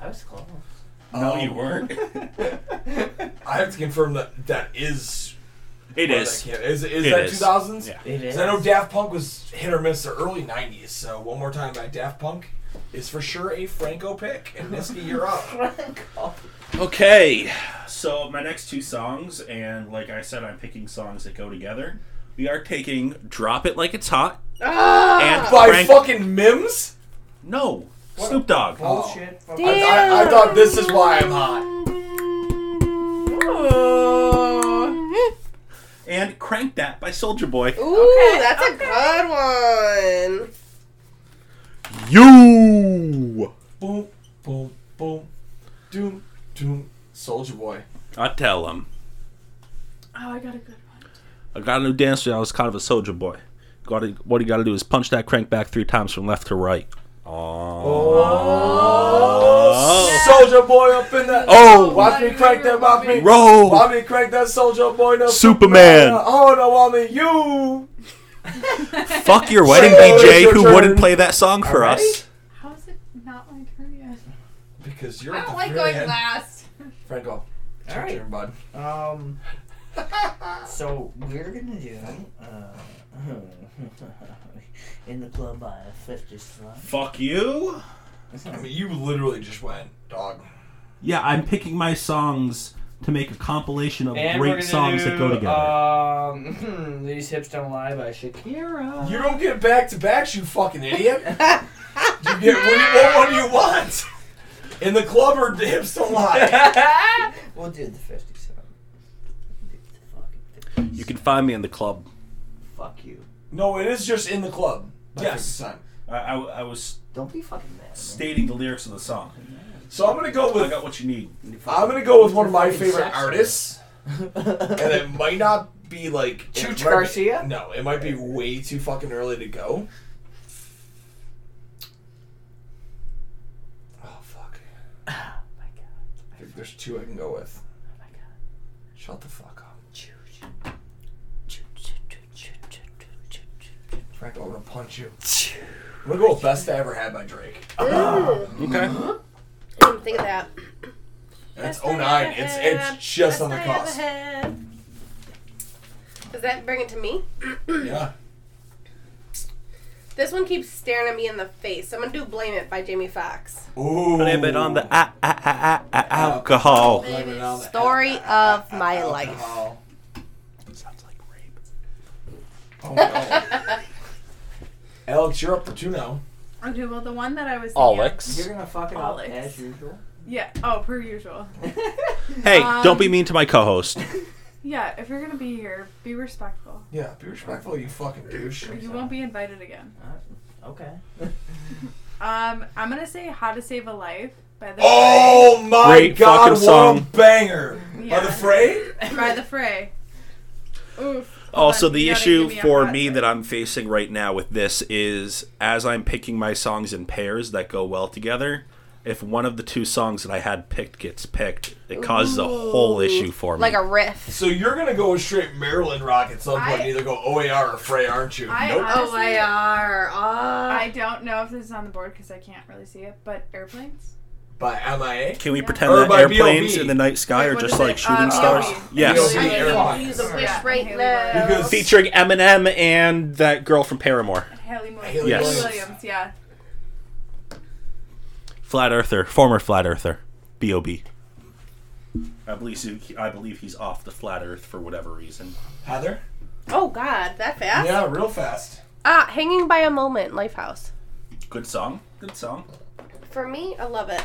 [SPEAKER 2] I was close.
[SPEAKER 3] No, you weren't. I have to confirm that that is.
[SPEAKER 6] It
[SPEAKER 3] that
[SPEAKER 6] is.
[SPEAKER 3] can't- Is, is
[SPEAKER 6] It
[SPEAKER 3] that
[SPEAKER 6] is.
[SPEAKER 3] 2000s?
[SPEAKER 6] Yeah.
[SPEAKER 2] It is.
[SPEAKER 3] Because I know Daft Punk was hit or miss the early 90s, so one more time by Daft Punk is for sure a Franco pick. And Niski, you're up.
[SPEAKER 1] Okay, so my next two songs, and like I said, I'm picking songs that go together. We are taking "Drop It Like It's Hot"
[SPEAKER 4] Ah.
[SPEAKER 1] and
[SPEAKER 3] by
[SPEAKER 1] Frank-
[SPEAKER 3] fucking Mims?
[SPEAKER 1] no Snoop Dogg.
[SPEAKER 2] Bullshit.
[SPEAKER 3] I, I, I thought this is why I'm hot.
[SPEAKER 1] and "Crank That" by Soldier Boy.
[SPEAKER 5] Ooh,
[SPEAKER 4] Okay,
[SPEAKER 5] that's
[SPEAKER 4] okay.
[SPEAKER 5] a good one.
[SPEAKER 1] You.
[SPEAKER 3] Boom, boom, boom. Doom, doom. Soldier Boy.
[SPEAKER 6] I tell him.
[SPEAKER 4] Oh, I got a good one.
[SPEAKER 6] I got a new dance that I was kind of a soldier boy. Got to, what you got to do is punch that crank back three times from left to right.
[SPEAKER 4] Oh.
[SPEAKER 3] Soldier Boy up in that.
[SPEAKER 6] Oh.
[SPEAKER 3] Watch me crank that, watch me.
[SPEAKER 6] Roll.
[SPEAKER 3] Watch me crank that Soldier Boy. No
[SPEAKER 6] Superman.
[SPEAKER 3] Oh, no, I mean you.
[SPEAKER 1] Fuck your wedding
[SPEAKER 3] So, it's
[SPEAKER 1] DJ
[SPEAKER 3] your
[SPEAKER 1] who
[SPEAKER 3] turn.
[SPEAKER 1] wouldn't play that song for
[SPEAKER 3] Alright.
[SPEAKER 1] us.
[SPEAKER 4] How is it not my turn yet?
[SPEAKER 3] Because you're
[SPEAKER 4] I
[SPEAKER 3] at the
[SPEAKER 4] don't like
[SPEAKER 3] very
[SPEAKER 4] going
[SPEAKER 3] end.
[SPEAKER 4] last.
[SPEAKER 3] Franco, it's your
[SPEAKER 2] Alright.
[SPEAKER 3] turn, bud.
[SPEAKER 2] Um. so we're gonna do uh, in the club by a fifty slot.
[SPEAKER 1] Fuck you.
[SPEAKER 3] I mean, you literally just went, dog.
[SPEAKER 1] Yeah, I'm picking my songs to make a compilation of
[SPEAKER 2] And we're
[SPEAKER 1] great
[SPEAKER 2] gonna
[SPEAKER 1] songs that go
[SPEAKER 2] do, uh,
[SPEAKER 1] together.
[SPEAKER 2] Um, these hips don't lie by Shakira.
[SPEAKER 3] You don't get back to backs, you fucking idiot. you get what, what one you want. In the club or the hips don't lie.
[SPEAKER 2] we'll do the fifty slot. Do the fucking 50.
[SPEAKER 1] you can find me in the club.
[SPEAKER 2] Fuck you.
[SPEAKER 3] No, it is just in the club.
[SPEAKER 1] Yes.
[SPEAKER 3] Yes.
[SPEAKER 1] I, I, I was
[SPEAKER 2] Don't be fucking mad. at me.
[SPEAKER 1] stating the lyrics of the song.
[SPEAKER 3] So I'm gonna go
[SPEAKER 1] I
[SPEAKER 3] with
[SPEAKER 1] got what you need.
[SPEAKER 3] I'm gonna go with one of my
[SPEAKER 2] Fucking
[SPEAKER 3] favorite
[SPEAKER 2] sex
[SPEAKER 3] artists, and it might not be like it
[SPEAKER 2] Chooch
[SPEAKER 3] might be-
[SPEAKER 2] Garcia?
[SPEAKER 3] No, it might be way too fucking early to go. Oh fuck!
[SPEAKER 2] my God.
[SPEAKER 3] I think there's two I can go with.
[SPEAKER 2] Oh my God.
[SPEAKER 3] Shut the fuck up,
[SPEAKER 2] Choo, choo. Choo, choo, choo, choo, choo, choo, choo, choo.
[SPEAKER 3] Frank. I'm gonna punch you. I'm gonna go with best I ever had by Drake.
[SPEAKER 1] Okay.
[SPEAKER 5] I didn't think of that.
[SPEAKER 3] And it's
[SPEAKER 5] Best I
[SPEAKER 3] 09.
[SPEAKER 5] ever
[SPEAKER 3] It's
[SPEAKER 5] had.
[SPEAKER 3] it's just
[SPEAKER 5] Best
[SPEAKER 3] on the
[SPEAKER 5] I
[SPEAKER 3] cost.
[SPEAKER 5] ever had. Does that bring it to me?
[SPEAKER 3] Yeah.
[SPEAKER 5] This one keeps staring at me in the face. I'm gonna do "Blame It" by Jamie Foxx.
[SPEAKER 3] Ooh.
[SPEAKER 1] Blame it on the a- a- a- a- a- alcohol.
[SPEAKER 3] Blame it on the
[SPEAKER 5] Story of my life.
[SPEAKER 3] alcohol.
[SPEAKER 1] Sounds like rape.
[SPEAKER 3] Oh no. Alex, you're up for two now.
[SPEAKER 4] Okay, well, the one that I was.
[SPEAKER 2] You're gonna fuck it up
[SPEAKER 4] Alex.
[SPEAKER 2] as usual.
[SPEAKER 4] Yeah. Oh, per usual.
[SPEAKER 1] Hey,
[SPEAKER 4] Um,
[SPEAKER 1] don't be mean to my co-host.
[SPEAKER 4] Yeah, if you're gonna be here, be respectful.
[SPEAKER 3] Yeah, be respectful, you fucking douche.
[SPEAKER 4] or You won't be invited again.
[SPEAKER 2] Okay.
[SPEAKER 4] Um, I'm gonna say "How to Save a Life" by the
[SPEAKER 3] Oh my
[SPEAKER 1] Great
[SPEAKER 3] god,
[SPEAKER 1] fucking
[SPEAKER 3] what a
[SPEAKER 1] song.
[SPEAKER 3] banger! By
[SPEAKER 4] Yeah.
[SPEAKER 3] the Fray?
[SPEAKER 4] Fray, by the Fray. Oof. Hold
[SPEAKER 1] Also,
[SPEAKER 4] on,
[SPEAKER 1] the
[SPEAKER 4] you gotta
[SPEAKER 1] issue
[SPEAKER 4] give a
[SPEAKER 1] for
[SPEAKER 4] hot
[SPEAKER 1] me
[SPEAKER 4] second.
[SPEAKER 1] that I'm facing right now with this is as I'm picking my songs in pairs that go well together, if one of the two songs that I had picked gets picked, it causes a whole issue for me.
[SPEAKER 5] Like a riff.
[SPEAKER 3] So you're gonna go with straight Maryland rock at some point,
[SPEAKER 4] I-
[SPEAKER 3] and either go OAR or Fray, aren't you?
[SPEAKER 4] I-
[SPEAKER 3] nope.
[SPEAKER 4] I-
[SPEAKER 5] Oh, I are.
[SPEAKER 4] I
[SPEAKER 5] Ah.
[SPEAKER 4] don't know if this is on the board because I can't really see it, but airplanes.
[SPEAKER 3] by MIA?
[SPEAKER 1] Can we pretend
[SPEAKER 3] Or
[SPEAKER 1] that
[SPEAKER 3] by
[SPEAKER 1] airplanes
[SPEAKER 3] B.O.B..
[SPEAKER 1] in the night sky
[SPEAKER 4] Wait,
[SPEAKER 1] are
[SPEAKER 4] what
[SPEAKER 1] just
[SPEAKER 4] is it?
[SPEAKER 1] like shooting
[SPEAKER 4] Um,
[SPEAKER 1] stars?
[SPEAKER 4] B.O.B..
[SPEAKER 1] Yes.
[SPEAKER 3] B.O.B.
[SPEAKER 5] I
[SPEAKER 3] Airlines.
[SPEAKER 5] use a wish
[SPEAKER 4] Yeah,
[SPEAKER 5] right
[SPEAKER 4] Haley
[SPEAKER 5] now.
[SPEAKER 3] Because-
[SPEAKER 1] Featuring Eminem and that girl from Paramore.
[SPEAKER 4] Haley Williams.
[SPEAKER 3] Haley
[SPEAKER 1] Yes.
[SPEAKER 4] Williams.
[SPEAKER 3] Williams.
[SPEAKER 4] Yeah.
[SPEAKER 1] Flat Earther, former Flat Earther, B.O.B. I believe he- I believe he's off the flat Earth for whatever reason.
[SPEAKER 3] Heather?
[SPEAKER 5] Oh God, that fast?
[SPEAKER 3] Yeah, real fast.
[SPEAKER 5] Ah, hanging by a moment, Lifehouse.
[SPEAKER 1] Good song. Good song.
[SPEAKER 5] For me, I love it.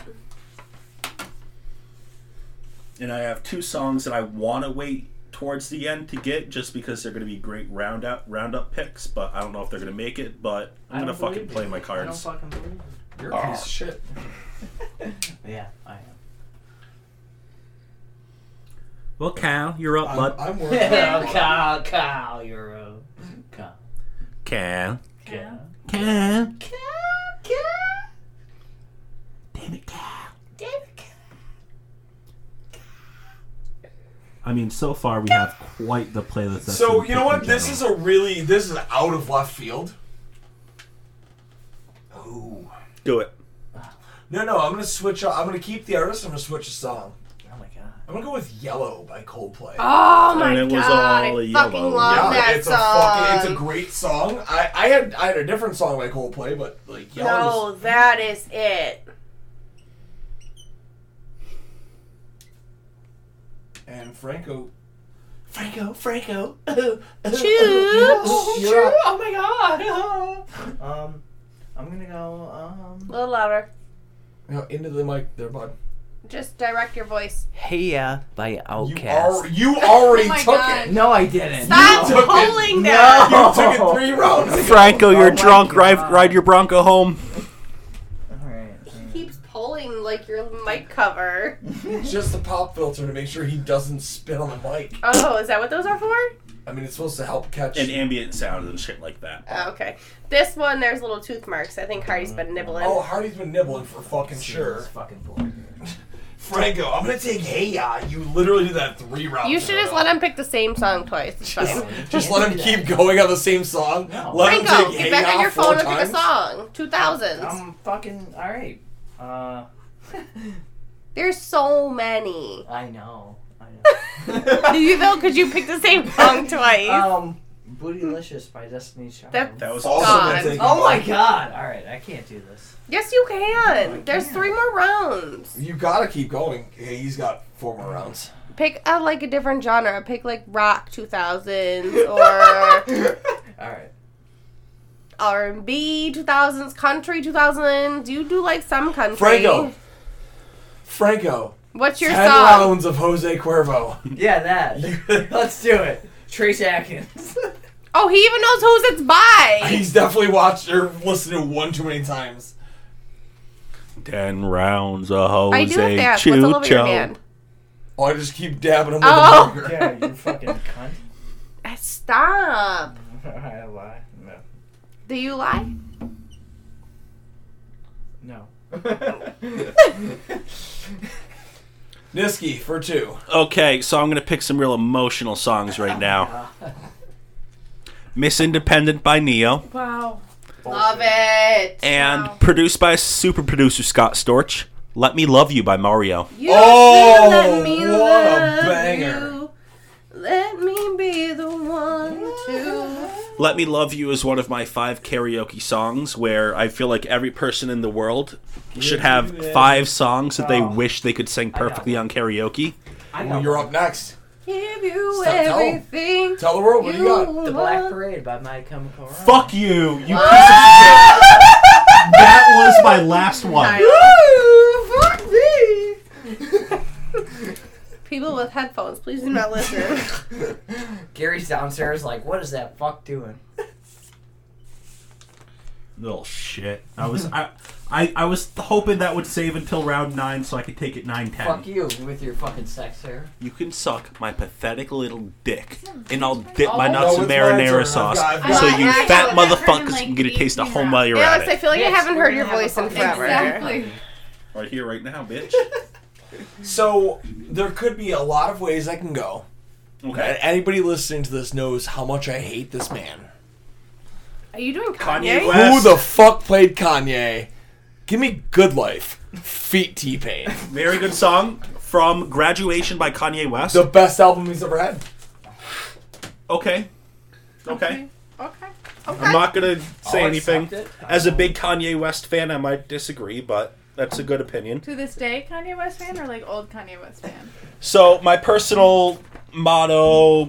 [SPEAKER 1] and I have two songs that I want to wait towards the end to get just because they're going to be great round out roundup picks, but I don't know if they're going to make it. But I'm
[SPEAKER 2] I
[SPEAKER 1] going to
[SPEAKER 2] don't
[SPEAKER 1] fucking
[SPEAKER 2] believe
[SPEAKER 1] play
[SPEAKER 2] you.
[SPEAKER 1] my
[SPEAKER 2] I don't
[SPEAKER 1] cards.
[SPEAKER 2] fucking believe
[SPEAKER 3] You're a piece of shit.
[SPEAKER 2] it. Yeah, I am.
[SPEAKER 1] Well, Cal, you're up,
[SPEAKER 3] I'm, I'm working.
[SPEAKER 2] Yeah, Oh, Kyle, Kyle, you're a Kyle.
[SPEAKER 1] Cal,
[SPEAKER 2] Kyle.
[SPEAKER 1] Cal,
[SPEAKER 5] Damn
[SPEAKER 1] damn it, Cal.
[SPEAKER 5] it.
[SPEAKER 1] I mean, so far we have quite the playlist.
[SPEAKER 3] So you know what? This is a really this is out of left field. Oh.
[SPEAKER 1] do it.
[SPEAKER 3] No, no, I'm gonna switch up. I'm gonna keep the artist, I'm gonna switch a song.
[SPEAKER 2] Oh my god.
[SPEAKER 3] I'm gonna go with Yellow by Coldplay.
[SPEAKER 5] Oh my
[SPEAKER 1] And it was
[SPEAKER 5] God,
[SPEAKER 1] all
[SPEAKER 5] I
[SPEAKER 1] yellow.
[SPEAKER 5] fucking love
[SPEAKER 3] Yeah,
[SPEAKER 5] that
[SPEAKER 3] it's
[SPEAKER 5] song.
[SPEAKER 3] a fucking, it's a great song. I, I had I had a different song by Coldplay, but like
[SPEAKER 5] no,
[SPEAKER 3] Yellow is-
[SPEAKER 5] that is it.
[SPEAKER 3] and Franco, Franco, Franco. Choose.
[SPEAKER 5] Choose.
[SPEAKER 3] You're up.
[SPEAKER 2] Oh my god. um, I'm gonna go. Um,
[SPEAKER 5] A little louder.
[SPEAKER 3] No, into the mic there, bud.
[SPEAKER 5] Just direct your voice.
[SPEAKER 7] Hey Ya by
[SPEAKER 3] You,
[SPEAKER 7] Outkast.
[SPEAKER 3] are, you already
[SPEAKER 4] Oh my
[SPEAKER 3] took
[SPEAKER 4] God.
[SPEAKER 3] it.
[SPEAKER 2] no, I didn't.
[SPEAKER 5] Stop
[SPEAKER 3] took it.
[SPEAKER 5] holding
[SPEAKER 2] No.
[SPEAKER 5] that.
[SPEAKER 3] You took it three rounds. ago.
[SPEAKER 1] Franco, you're
[SPEAKER 2] my
[SPEAKER 1] drunk. Ride,
[SPEAKER 2] God.
[SPEAKER 1] ride your Bronco home.
[SPEAKER 2] All right.
[SPEAKER 5] Keeps pulling like your mic cover.
[SPEAKER 3] It's just a pop filter to make sure he doesn't spit on the mic.
[SPEAKER 5] Oh, is that what those are for?
[SPEAKER 3] I mean, it's supposed to help catch.
[SPEAKER 1] And ambient sound and shit like that.
[SPEAKER 5] Oh, okay. This one, there's little tooth marks. I think Hardy's been nibbling.
[SPEAKER 3] oh, Hardy's been nibbling for fucking
[SPEAKER 2] This
[SPEAKER 3] sure.
[SPEAKER 2] fucking boring.
[SPEAKER 3] Franco, I'm gonna take Hey Ya. You literally do that three rounds.
[SPEAKER 5] You should
[SPEAKER 3] in a
[SPEAKER 5] just
[SPEAKER 3] row.
[SPEAKER 5] let him pick the same song twice. It's fine.
[SPEAKER 3] Just let him keep going on the same song.
[SPEAKER 2] No.
[SPEAKER 3] Let him
[SPEAKER 5] Franco,
[SPEAKER 3] take
[SPEAKER 5] get
[SPEAKER 3] Hey
[SPEAKER 5] back
[SPEAKER 3] Ya
[SPEAKER 5] on your
[SPEAKER 3] four
[SPEAKER 5] phone and
[SPEAKER 3] times.
[SPEAKER 5] pick a song. Two thousands.
[SPEAKER 2] I'm fucking all right. Uh,
[SPEAKER 5] There's so many.
[SPEAKER 2] I know. I
[SPEAKER 5] Do you though? Because you picked the same song twice.
[SPEAKER 2] know.
[SPEAKER 3] Uh,
[SPEAKER 2] um, Bootylicious by Destiny's Child.
[SPEAKER 5] That-
[SPEAKER 1] That was
[SPEAKER 3] Also,
[SPEAKER 5] God.
[SPEAKER 3] gonna take
[SPEAKER 2] oh my
[SPEAKER 3] Mike.
[SPEAKER 2] god! All right, I can't do this.
[SPEAKER 5] yes, you can. There's three more rounds.
[SPEAKER 3] You gotta keep going. Hey, he's got four more rounds.
[SPEAKER 5] Pick a, like a different genre. Pick like rock 2000s or
[SPEAKER 2] All right.
[SPEAKER 5] R&B 2000s, country 2000s. You do like some country.
[SPEAKER 3] Franco. Franco,
[SPEAKER 5] What's your
[SPEAKER 3] ten
[SPEAKER 5] song?
[SPEAKER 3] rounds of Jose Cuervo.
[SPEAKER 2] Yeah, that. Let's do it. Trace Atkins.
[SPEAKER 5] Oh, he even knows who's it's by.
[SPEAKER 3] He's definitely watched or listened to one too many times.
[SPEAKER 1] Ten rounds of Jose
[SPEAKER 5] I do have that. What's all over your hand?
[SPEAKER 3] Oh, I just keep dabbing him with
[SPEAKER 5] Oh.
[SPEAKER 3] a burger.
[SPEAKER 2] yeah, you fucking cunt.
[SPEAKER 5] Ah, Stop.
[SPEAKER 2] I lie. No.
[SPEAKER 5] Do you lie?
[SPEAKER 2] No.
[SPEAKER 3] Niski for two.
[SPEAKER 1] Okay, so I'm gonna pick some real emotional songs right now. Miss Independent by Neo,
[SPEAKER 4] Wow.
[SPEAKER 5] Love it.
[SPEAKER 1] and produced by super producer Scott Storch. Let Me Love You by Mario.
[SPEAKER 5] You
[SPEAKER 3] Oh,
[SPEAKER 5] let me
[SPEAKER 3] what a
[SPEAKER 5] love
[SPEAKER 3] banger.
[SPEAKER 5] you. Let me be the one to.
[SPEAKER 1] Let Me Love You is one of my five karaoke songs where I feel like every person in the world should have five songs that they wish they could sing perfectly on karaoke.
[SPEAKER 2] I
[SPEAKER 3] Well,
[SPEAKER 2] know.
[SPEAKER 3] you're up next.
[SPEAKER 5] Give you
[SPEAKER 3] Stop, tell 'em.
[SPEAKER 5] everything.
[SPEAKER 3] Tell the world what do you got.
[SPEAKER 5] want.
[SPEAKER 2] the Black Parade by My Chemical Romance.
[SPEAKER 1] Fuck you, you piece of shit. That was my last one.
[SPEAKER 5] Woo, fuck me. People with headphones, please do not listen.
[SPEAKER 2] Gary's downstairs, like, what is that fuck doing?
[SPEAKER 1] Little shit. I was I, I I was hoping that would save until round nine so I could take it nine ten.
[SPEAKER 2] Fuck you with your fucking sex hair.
[SPEAKER 1] You can suck my pathetic little dick, and I'll dip my
[SPEAKER 4] Oh,
[SPEAKER 3] no,
[SPEAKER 1] nuts in
[SPEAKER 3] it's my turn.
[SPEAKER 1] marinara
[SPEAKER 3] I've
[SPEAKER 1] sauce,
[SPEAKER 3] got-
[SPEAKER 4] I've
[SPEAKER 1] so
[SPEAKER 4] got-
[SPEAKER 1] you
[SPEAKER 4] I've
[SPEAKER 1] fat
[SPEAKER 4] got that turn in,
[SPEAKER 1] motherfuckers
[SPEAKER 4] like,
[SPEAKER 1] can get a taste of
[SPEAKER 4] 18
[SPEAKER 1] home
[SPEAKER 4] rounds.
[SPEAKER 1] while you're
[SPEAKER 5] Alex,
[SPEAKER 1] at
[SPEAKER 5] I
[SPEAKER 1] it.
[SPEAKER 5] feel like I
[SPEAKER 2] Yes,
[SPEAKER 5] haven't
[SPEAKER 2] we're
[SPEAKER 5] heard
[SPEAKER 2] gonna
[SPEAKER 5] your
[SPEAKER 2] have a
[SPEAKER 5] voice in
[SPEAKER 2] fucking
[SPEAKER 5] forever.
[SPEAKER 4] Exactly.
[SPEAKER 1] Right here, right now, bitch.
[SPEAKER 3] So there could be a lot of ways I can go. And
[SPEAKER 1] Okay.
[SPEAKER 3] anybody listening to this knows how much I hate this man.
[SPEAKER 5] Are you doing
[SPEAKER 1] Kanye
[SPEAKER 5] Kanye?
[SPEAKER 1] West. Yes.
[SPEAKER 3] Who the fuck played Kanye? Give me good life. Feet T Pain.
[SPEAKER 1] Very good song from Graduation by Kanye West.
[SPEAKER 3] The best album he's ever had.
[SPEAKER 1] okay. Okay.
[SPEAKER 5] Okay.
[SPEAKER 1] I'm not gonna say
[SPEAKER 2] I'll
[SPEAKER 1] anything.
[SPEAKER 2] accept it.
[SPEAKER 1] As a big Kanye West fan, I might disagree, but that's a good opinion.
[SPEAKER 4] To this day, Kanye West fan or like old Kanye West fan?
[SPEAKER 1] So my personal motto,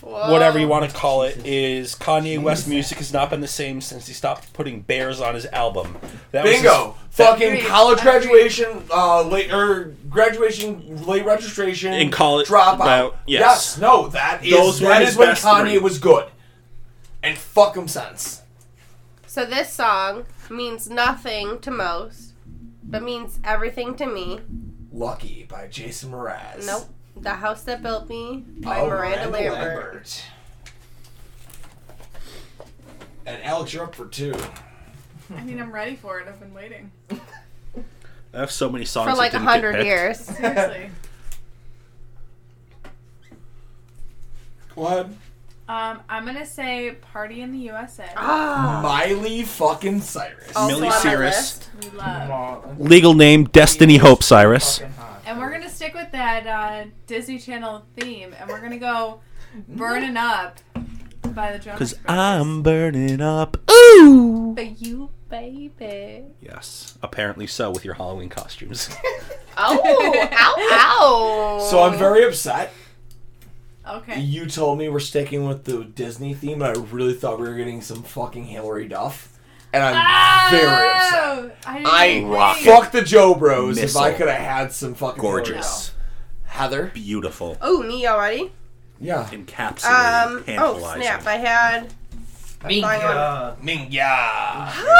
[SPEAKER 5] Whoa.
[SPEAKER 1] whatever you want to call it, is Kanye West music has not been the same since he stopped putting bears on his album. That was his-
[SPEAKER 3] Bingo. Fucking
[SPEAKER 4] Agreed.
[SPEAKER 3] college
[SPEAKER 4] Agreed.
[SPEAKER 3] graduation, uh, late or graduation, late registration,
[SPEAKER 1] In college-
[SPEAKER 3] dropout.
[SPEAKER 1] about- yes.
[SPEAKER 3] no, that is
[SPEAKER 1] Those were
[SPEAKER 3] that
[SPEAKER 1] his
[SPEAKER 3] is when
[SPEAKER 1] best
[SPEAKER 3] Kanye
[SPEAKER 1] three.
[SPEAKER 3] was good, and fuck him since.
[SPEAKER 5] So this song means nothing to most, but means everything to me.
[SPEAKER 3] Lucky by Jason Mraz.
[SPEAKER 5] Nope. The House That Built Me by
[SPEAKER 3] Oh,
[SPEAKER 5] Miranda, Lambert.
[SPEAKER 3] And Alex, you're up for two.
[SPEAKER 4] I mean, I'm ready for it. I've been waiting.
[SPEAKER 1] I have so many songs
[SPEAKER 5] For
[SPEAKER 1] that
[SPEAKER 5] like a
[SPEAKER 1] didn't get
[SPEAKER 5] hundred
[SPEAKER 1] picked.
[SPEAKER 5] years.
[SPEAKER 4] Seriously.
[SPEAKER 3] Go ahead.
[SPEAKER 4] Um, I'm gonna say "Party in the USA."
[SPEAKER 5] Ah.
[SPEAKER 3] Miley fucking Cyrus.
[SPEAKER 5] Also
[SPEAKER 1] Miley
[SPEAKER 5] on my
[SPEAKER 1] Cyrus.
[SPEAKER 5] list.
[SPEAKER 4] We love.
[SPEAKER 2] Fucking
[SPEAKER 1] Legal name Destiny Hope Cyrus.
[SPEAKER 2] hot.
[SPEAKER 4] And we're gonna stick with that uh, Disney Channel theme, and we're gonna go "Burning Up" by the Jonas
[SPEAKER 1] Cause
[SPEAKER 4] Brothers.
[SPEAKER 1] I'm burning up.
[SPEAKER 5] For you, baby.
[SPEAKER 1] Yes, apparently so with your Halloween costumes.
[SPEAKER 5] Oh, ow, ow.
[SPEAKER 3] So I'm very upset.
[SPEAKER 4] okay.
[SPEAKER 3] You told me we're sticking with the Disney theme, and I really thought we were getting some fucking Hillary Duff. And I'm
[SPEAKER 5] Ah!
[SPEAKER 3] very upset.
[SPEAKER 4] Oh, I didn't
[SPEAKER 3] I
[SPEAKER 4] agree.
[SPEAKER 3] fuck the Joe Bros.
[SPEAKER 1] Missile.
[SPEAKER 3] If I could have had some fucking Hillary Duff.
[SPEAKER 1] Gorgeous,
[SPEAKER 3] Heather.
[SPEAKER 1] beautiful,
[SPEAKER 5] Oh, me already?
[SPEAKER 3] Yeah.
[SPEAKER 1] encapsulated,
[SPEAKER 5] Um, oh,
[SPEAKER 1] tantalizing.
[SPEAKER 5] snap. I had.
[SPEAKER 2] Mink,
[SPEAKER 5] Hang on.
[SPEAKER 2] uh,
[SPEAKER 3] Mingya.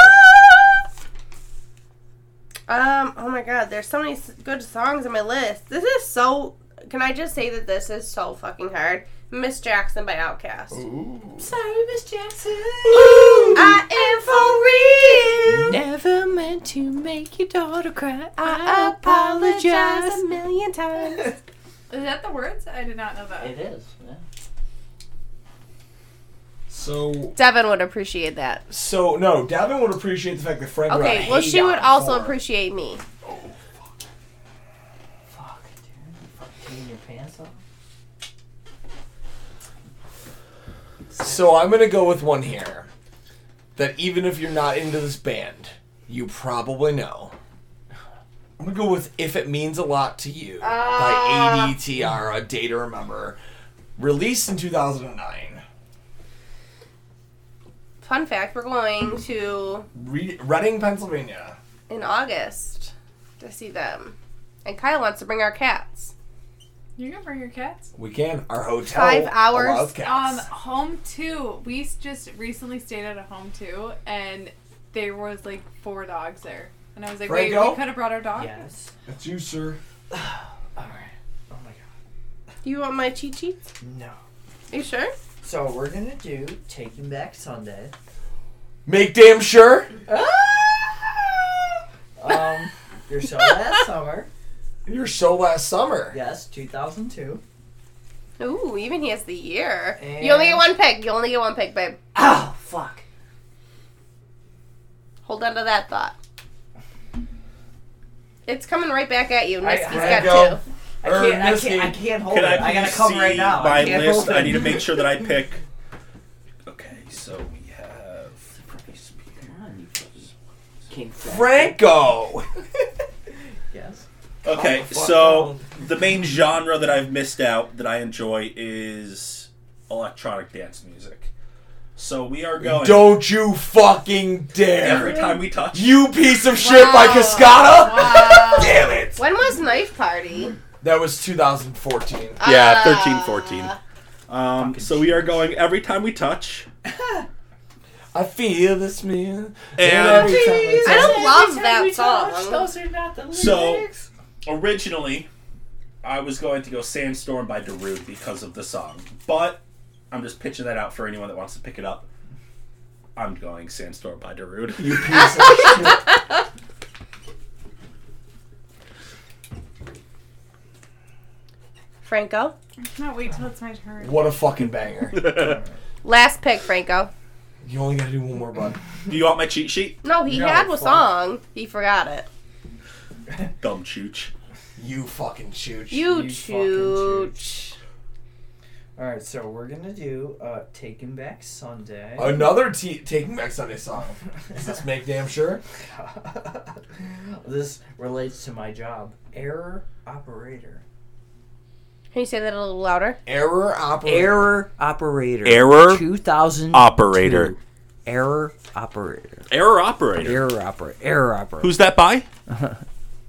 [SPEAKER 5] Um, oh my god, there's so many s- good songs on my list. This is so Can I just say that this is so fucking hard? Miss Jackson by Outkast.
[SPEAKER 4] Sorry, Miss Jackson.
[SPEAKER 5] I am for real.
[SPEAKER 4] Never meant to make your daughter cry.
[SPEAKER 5] I apologize a million times.
[SPEAKER 4] Is that the words? I did not know that.
[SPEAKER 2] It is. Yeah.
[SPEAKER 3] So,
[SPEAKER 5] Devin would appreciate that.
[SPEAKER 3] so no, Davin would appreciate the fact that Frank. got
[SPEAKER 5] Okay, well,
[SPEAKER 3] hate
[SPEAKER 5] she would
[SPEAKER 3] on
[SPEAKER 5] also
[SPEAKER 3] for-
[SPEAKER 5] appreciate me.
[SPEAKER 2] Fuck, dude. You fucking taking your pants off.
[SPEAKER 3] So I'm gonna go with one here. That even if you're not into this band, you probably know. I'm gonna go with "If It Means a Lot to You"
[SPEAKER 2] Ah.
[SPEAKER 3] by ADTR, a day to remember, released in 2009.
[SPEAKER 5] Fun fact we're going to
[SPEAKER 3] Re- Reading, Pennsylvania.
[SPEAKER 5] in August to see them. And Kyle wants to bring our cats.
[SPEAKER 4] You can bring your cats.
[SPEAKER 3] We can. Our hotel.
[SPEAKER 5] Five hours.
[SPEAKER 3] allows
[SPEAKER 4] Um,
[SPEAKER 3] cats.
[SPEAKER 4] home two. We s- just recently stayed at a home two, and there was like four dogs there, and I was like, wait,
[SPEAKER 3] Franco?
[SPEAKER 4] we could have brought our dog.
[SPEAKER 2] Yes.
[SPEAKER 3] That's you, sir.
[SPEAKER 2] All right. Oh my god.
[SPEAKER 5] Do you want my cheat sheets?
[SPEAKER 2] No.
[SPEAKER 5] Are you sure?
[SPEAKER 2] So we're gonna do Taking Back Sunday.
[SPEAKER 3] Make damn sure.
[SPEAKER 4] Ah!
[SPEAKER 2] Um, your show last summer.
[SPEAKER 3] Your show last summer.
[SPEAKER 2] Yes, 2002.
[SPEAKER 5] Ooh, even he has the year. you only get
[SPEAKER 2] And-
[SPEAKER 5] one pick. You only get one pick, babe.
[SPEAKER 2] Oh fuck.
[SPEAKER 5] Hold on to that thought. It's coming right back at you.
[SPEAKER 2] I-
[SPEAKER 5] Niski's
[SPEAKER 2] I
[SPEAKER 5] got
[SPEAKER 3] go.
[SPEAKER 5] two.
[SPEAKER 2] I
[SPEAKER 3] Er,
[SPEAKER 2] can't. I
[SPEAKER 3] Miss
[SPEAKER 2] can't. I
[SPEAKER 3] Kate,
[SPEAKER 2] can't hold
[SPEAKER 1] Can
[SPEAKER 2] it.
[SPEAKER 1] I
[SPEAKER 2] I,
[SPEAKER 1] please
[SPEAKER 2] gotta come
[SPEAKER 1] see
[SPEAKER 2] right now.
[SPEAKER 1] my
[SPEAKER 2] I can't
[SPEAKER 1] list?
[SPEAKER 2] hold
[SPEAKER 1] I
[SPEAKER 2] it.
[SPEAKER 1] need to make sure that I pick. Okay, so we have.
[SPEAKER 2] King
[SPEAKER 3] Franco.
[SPEAKER 2] Yes.
[SPEAKER 1] Okay,
[SPEAKER 3] Calm the fuck
[SPEAKER 1] so
[SPEAKER 3] down.
[SPEAKER 1] the main genre that I've missed out that I enjoy is electronic dance music. So we are going
[SPEAKER 3] Don't you fucking dare.
[SPEAKER 1] every time we touch.
[SPEAKER 3] You piece of shit by
[SPEAKER 5] Wow.
[SPEAKER 3] Cascada! Damn it!
[SPEAKER 5] When was Knife Party?
[SPEAKER 3] That was 2014.
[SPEAKER 1] Yeah,
[SPEAKER 5] Ah.
[SPEAKER 1] thirteen, fourteen. Um, so we are going every time we touch.
[SPEAKER 3] I feel this man.
[SPEAKER 1] And-
[SPEAKER 3] it's
[SPEAKER 5] I don't
[SPEAKER 3] on-
[SPEAKER 5] love that song.
[SPEAKER 2] Those are not the
[SPEAKER 1] So-
[SPEAKER 2] lyrics.
[SPEAKER 1] Originally, I was going to go Sandstorm by Darude because of the song, but I'm just pitching that out for anyone that wants to pick it up. I'm going Sandstorm by Darude.
[SPEAKER 3] You piece of shit.
[SPEAKER 5] Franco?
[SPEAKER 4] No, wait till it's my turn.
[SPEAKER 3] What a fucking banger.
[SPEAKER 5] Last pick, Franco.
[SPEAKER 3] You only gotta do one more, bud.
[SPEAKER 1] Do you want my cheat sheet?
[SPEAKER 5] No, he
[SPEAKER 3] No,
[SPEAKER 5] had a
[SPEAKER 3] fuck.
[SPEAKER 5] song. He forgot it.
[SPEAKER 1] Dumb chooch.
[SPEAKER 3] You fucking chooch.
[SPEAKER 5] You,
[SPEAKER 2] You fucking
[SPEAKER 5] chooch.
[SPEAKER 2] All right, so we're gonna do uh, Taking Back Sunday.
[SPEAKER 3] Another t- Taking Back Sunday song. Does this make damn sure?
[SPEAKER 2] this relates to my job. Error operator.
[SPEAKER 5] Can you say that a little louder?
[SPEAKER 3] Error operator.
[SPEAKER 2] Error operator.
[SPEAKER 1] Error
[SPEAKER 2] 2000
[SPEAKER 1] operator.
[SPEAKER 2] Error operator.
[SPEAKER 1] Error operator.
[SPEAKER 2] Error operator. Error operator.
[SPEAKER 1] Who's that by?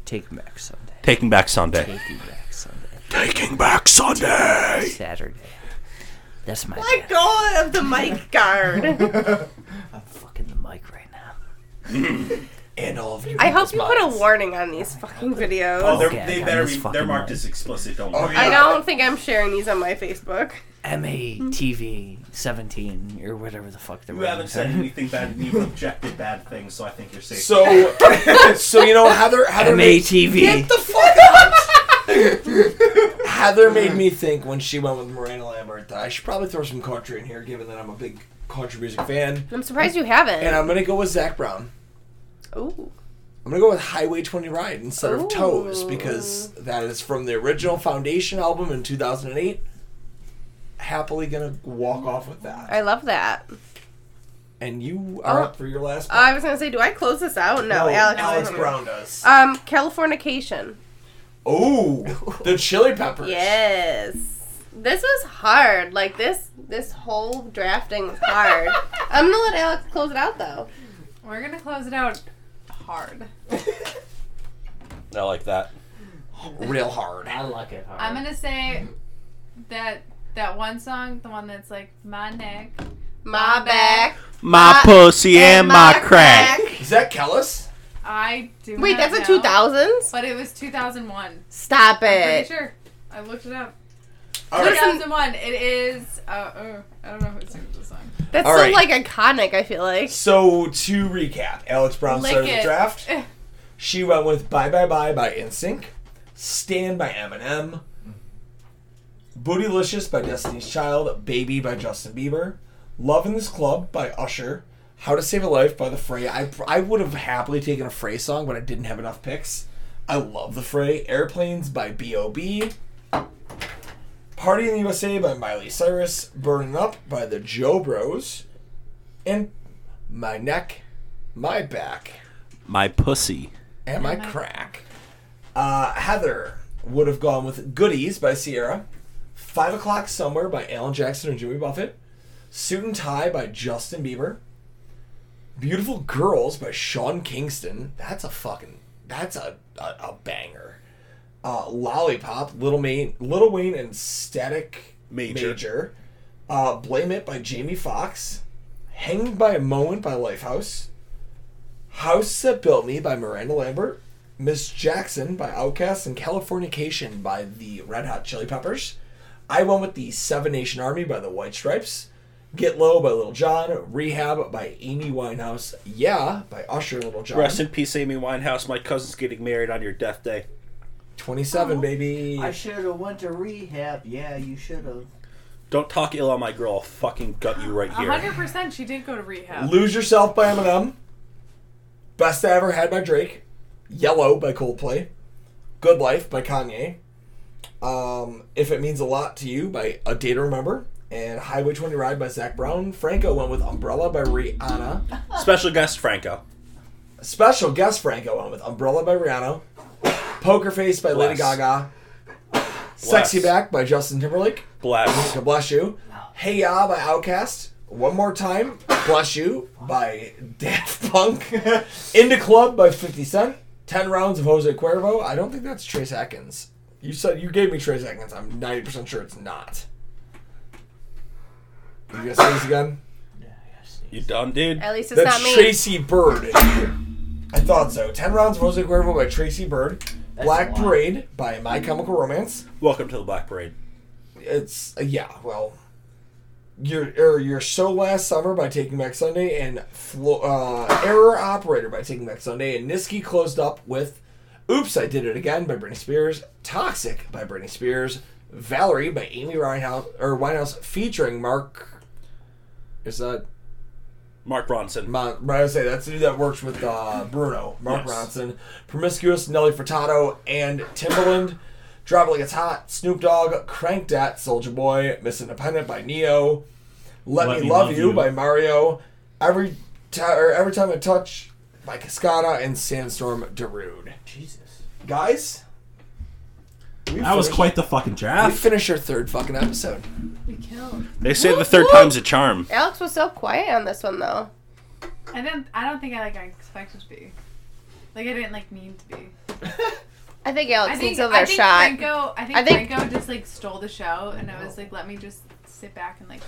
[SPEAKER 2] Taking Back Sunday.
[SPEAKER 1] Taking Back Sunday.
[SPEAKER 2] Taking Back Sunday.
[SPEAKER 1] Taking Back Sunday.
[SPEAKER 2] Saturday. That's my.
[SPEAKER 5] My God, of the mic guard.
[SPEAKER 2] I'm fucking the mic right now.
[SPEAKER 3] And all of you.
[SPEAKER 5] I hope you put a
[SPEAKER 3] minds.
[SPEAKER 5] warning on these fucking videos.
[SPEAKER 1] Oh, they're,
[SPEAKER 2] Okay,
[SPEAKER 1] they
[SPEAKER 2] I
[SPEAKER 1] better
[SPEAKER 2] was
[SPEAKER 1] be. They're
[SPEAKER 2] fucking
[SPEAKER 1] marked
[SPEAKER 2] right.
[SPEAKER 1] as explicit. Don't
[SPEAKER 3] Oh,
[SPEAKER 1] worry.
[SPEAKER 3] yeah.
[SPEAKER 5] I don't think I'm sharing these on my Facebook.
[SPEAKER 2] MATV 17 or whatever the fuck they're
[SPEAKER 1] You haven't said anything bad. You've objected bad things, so I think you're safe.
[SPEAKER 3] So, so you know, Heather. Heather made,
[SPEAKER 2] MATV.
[SPEAKER 3] the fuck out! Heather made me think when she went with Miranda Lambert that I should probably throw some country in here, given that I'm a big country music fan.
[SPEAKER 5] I'm surprised you haven't.
[SPEAKER 3] And I'm gonna go with Zach Brown.
[SPEAKER 5] Ooh.
[SPEAKER 3] I'm gonna go with Highway 20 Ride instead of Toes
[SPEAKER 5] Ooh.
[SPEAKER 3] because that is from the original Foundation album in 2008. Happily gonna walk off with that.
[SPEAKER 5] I love that.
[SPEAKER 3] And you are
[SPEAKER 5] Oh.
[SPEAKER 3] up for your last.
[SPEAKER 5] I was gonna say, do I close this out? No, Alex.
[SPEAKER 3] Brown does.
[SPEAKER 5] Um, Californication.
[SPEAKER 3] oh, the Chili Peppers.
[SPEAKER 5] Yes. This was hard. Like this, this whole drafting was hard. I'm gonna let Alex close it out though.
[SPEAKER 4] We're gonna close it out hard.
[SPEAKER 1] I like that.
[SPEAKER 3] Real hard.
[SPEAKER 2] I like it hard.
[SPEAKER 4] I'm gonna say that that one song, the one that's like my neck.
[SPEAKER 5] My back
[SPEAKER 1] My
[SPEAKER 5] Uh,
[SPEAKER 1] pussy
[SPEAKER 5] and my crack.
[SPEAKER 3] Is that Kellis?
[SPEAKER 4] I do.
[SPEAKER 5] Wait,
[SPEAKER 4] not
[SPEAKER 5] that's a
[SPEAKER 4] know,
[SPEAKER 5] 2000s.
[SPEAKER 4] But it was 2001.
[SPEAKER 5] Stop
[SPEAKER 4] Pretty
[SPEAKER 5] it.
[SPEAKER 4] sure. I looked it up.
[SPEAKER 3] All right.
[SPEAKER 4] 2001. It is. Uh, oh, I don't know who sings the song.
[SPEAKER 5] That's
[SPEAKER 3] All
[SPEAKER 5] so
[SPEAKER 3] right.
[SPEAKER 5] like iconic. I feel like.
[SPEAKER 3] So to recap, Alex Brown
[SPEAKER 4] Lick
[SPEAKER 3] started the
[SPEAKER 4] it.
[SPEAKER 3] draft. She went with Bye Bye Bye by NSYNC, Stand by Eminem, Bootylicious by Destiny's Child, Baby by Justin Bieber, Love in This Club by Usher, How to Save a Life by The Fray. I, I would have happily taken a Fray song, but I didn't have enough picks. I love The Fray. Airplanes by B.O.B. Party in the USA by Miley Cyrus, Burning Up by the Joe Bros, and My Neck, My Back,
[SPEAKER 1] My pussy.
[SPEAKER 3] and my crack. Uh, Heather would have gone with Goodies by Sierra, Five O'Clock Somewhere by Alan Jackson and Jimmy Buffett, Suit and Tie by Justin Bieber, Beautiful Girls by Sean Kingston. That's a fucking, that's a, a, a banger. Uh, Lollipop, Little, Main, Little Wayne and Static
[SPEAKER 1] Major.
[SPEAKER 3] Major. Uh, Blame It by Jamie Foxx, Hanged by a Moment by Lifehouse, House That Built Me by Miranda Lambert, Miss Jackson by Outkast, and Californication by the Red Hot Chili Peppers. I went with the Seven Nation Army by the White Stripes, Get Low by Little John, Rehab by Amy Winehouse, Yeah by Usher and Little John.
[SPEAKER 1] Rest in peace, Amy Winehouse. My cousin's getting married on your death day.
[SPEAKER 3] 27, baby.
[SPEAKER 2] I should have went to rehab. Yeah, you should have.
[SPEAKER 1] Don't talk ill on my girl. I'll fucking gut you right here.
[SPEAKER 4] 100%. She did go to rehab.
[SPEAKER 3] Lose Yourself by Eminem, Best I Ever Had by Drake, Yellow by Coldplay, Good Life by Kanye, um, If It Means a Lot to You by A Day to Remember, and Highway 20 Ride by Zach Brown. Franco went with Umbrella by Rihanna.
[SPEAKER 1] Special guest Franco.
[SPEAKER 3] Special guest Franco went with Umbrella by Rihanna, Poker Face by Lady
[SPEAKER 1] Bless.
[SPEAKER 3] Gaga, Sexy Back by Justin Timberlake,
[SPEAKER 1] Bless.
[SPEAKER 3] God bless you. Hey Ya by Outcast. One more time. Bless you by Daft Punk. Into Club by 50 Cent. 10 rounds of Jose Cuervo. I don't think that's Trace Atkins. You said you gave me Trace Atkins. I'm 90% sure it's not. You gonna say this again?
[SPEAKER 1] You done, dude?
[SPEAKER 5] At least it's
[SPEAKER 3] That's
[SPEAKER 5] not me.
[SPEAKER 3] Tracy Bird. I thought so. 10 rounds of Jose Cuervo by Tracy Bird. Black
[SPEAKER 2] a lot.
[SPEAKER 3] Parade by My Chemical Romance.
[SPEAKER 1] Welcome to the Black Parade.
[SPEAKER 3] it's uh, yeah well your or your so last summer by taking back sunday and Flo- uh, error operator by taking back sunday and niski closed up with oops i did it again by britney spears toxic by britney spears valerie by amy winehouse or winehouse featuring mark is that
[SPEAKER 1] Mark Ronson.
[SPEAKER 3] Mon- but I would say that's the dude that works with uh, Bruno, Mark
[SPEAKER 1] Yes.
[SPEAKER 3] Ronson, Promiscuous, Nelly Furtado, and Timbaland. Drop It Like It's Hot, Snoop Dogg, Crank Dat, Soldier Boy, Miss Independent by Neo, Let, Me, Love, you, by Mario, Every Ti- or Every Time I Touch by Cascada, and Sandstorm Derude.
[SPEAKER 2] Jesus.
[SPEAKER 3] Guys, we
[SPEAKER 6] That was
[SPEAKER 3] finished-
[SPEAKER 6] quite the fucking
[SPEAKER 3] We
[SPEAKER 6] draft.
[SPEAKER 3] finished our third fucking episode.
[SPEAKER 4] We killed.
[SPEAKER 1] They say the
[SPEAKER 5] Whoop,
[SPEAKER 1] third
[SPEAKER 5] whoop.
[SPEAKER 1] time's a charm.
[SPEAKER 5] Alex was so quiet on this one though.
[SPEAKER 4] I didn't. I don't think I like. I expected to be. Like I didn't like mean to be.
[SPEAKER 5] I think Alex
[SPEAKER 4] I think,
[SPEAKER 5] needs another
[SPEAKER 4] I think
[SPEAKER 5] shot.
[SPEAKER 4] Franco. I think,
[SPEAKER 5] I think-
[SPEAKER 4] Franco just like stole the show, and I was like, let me just sit back and like.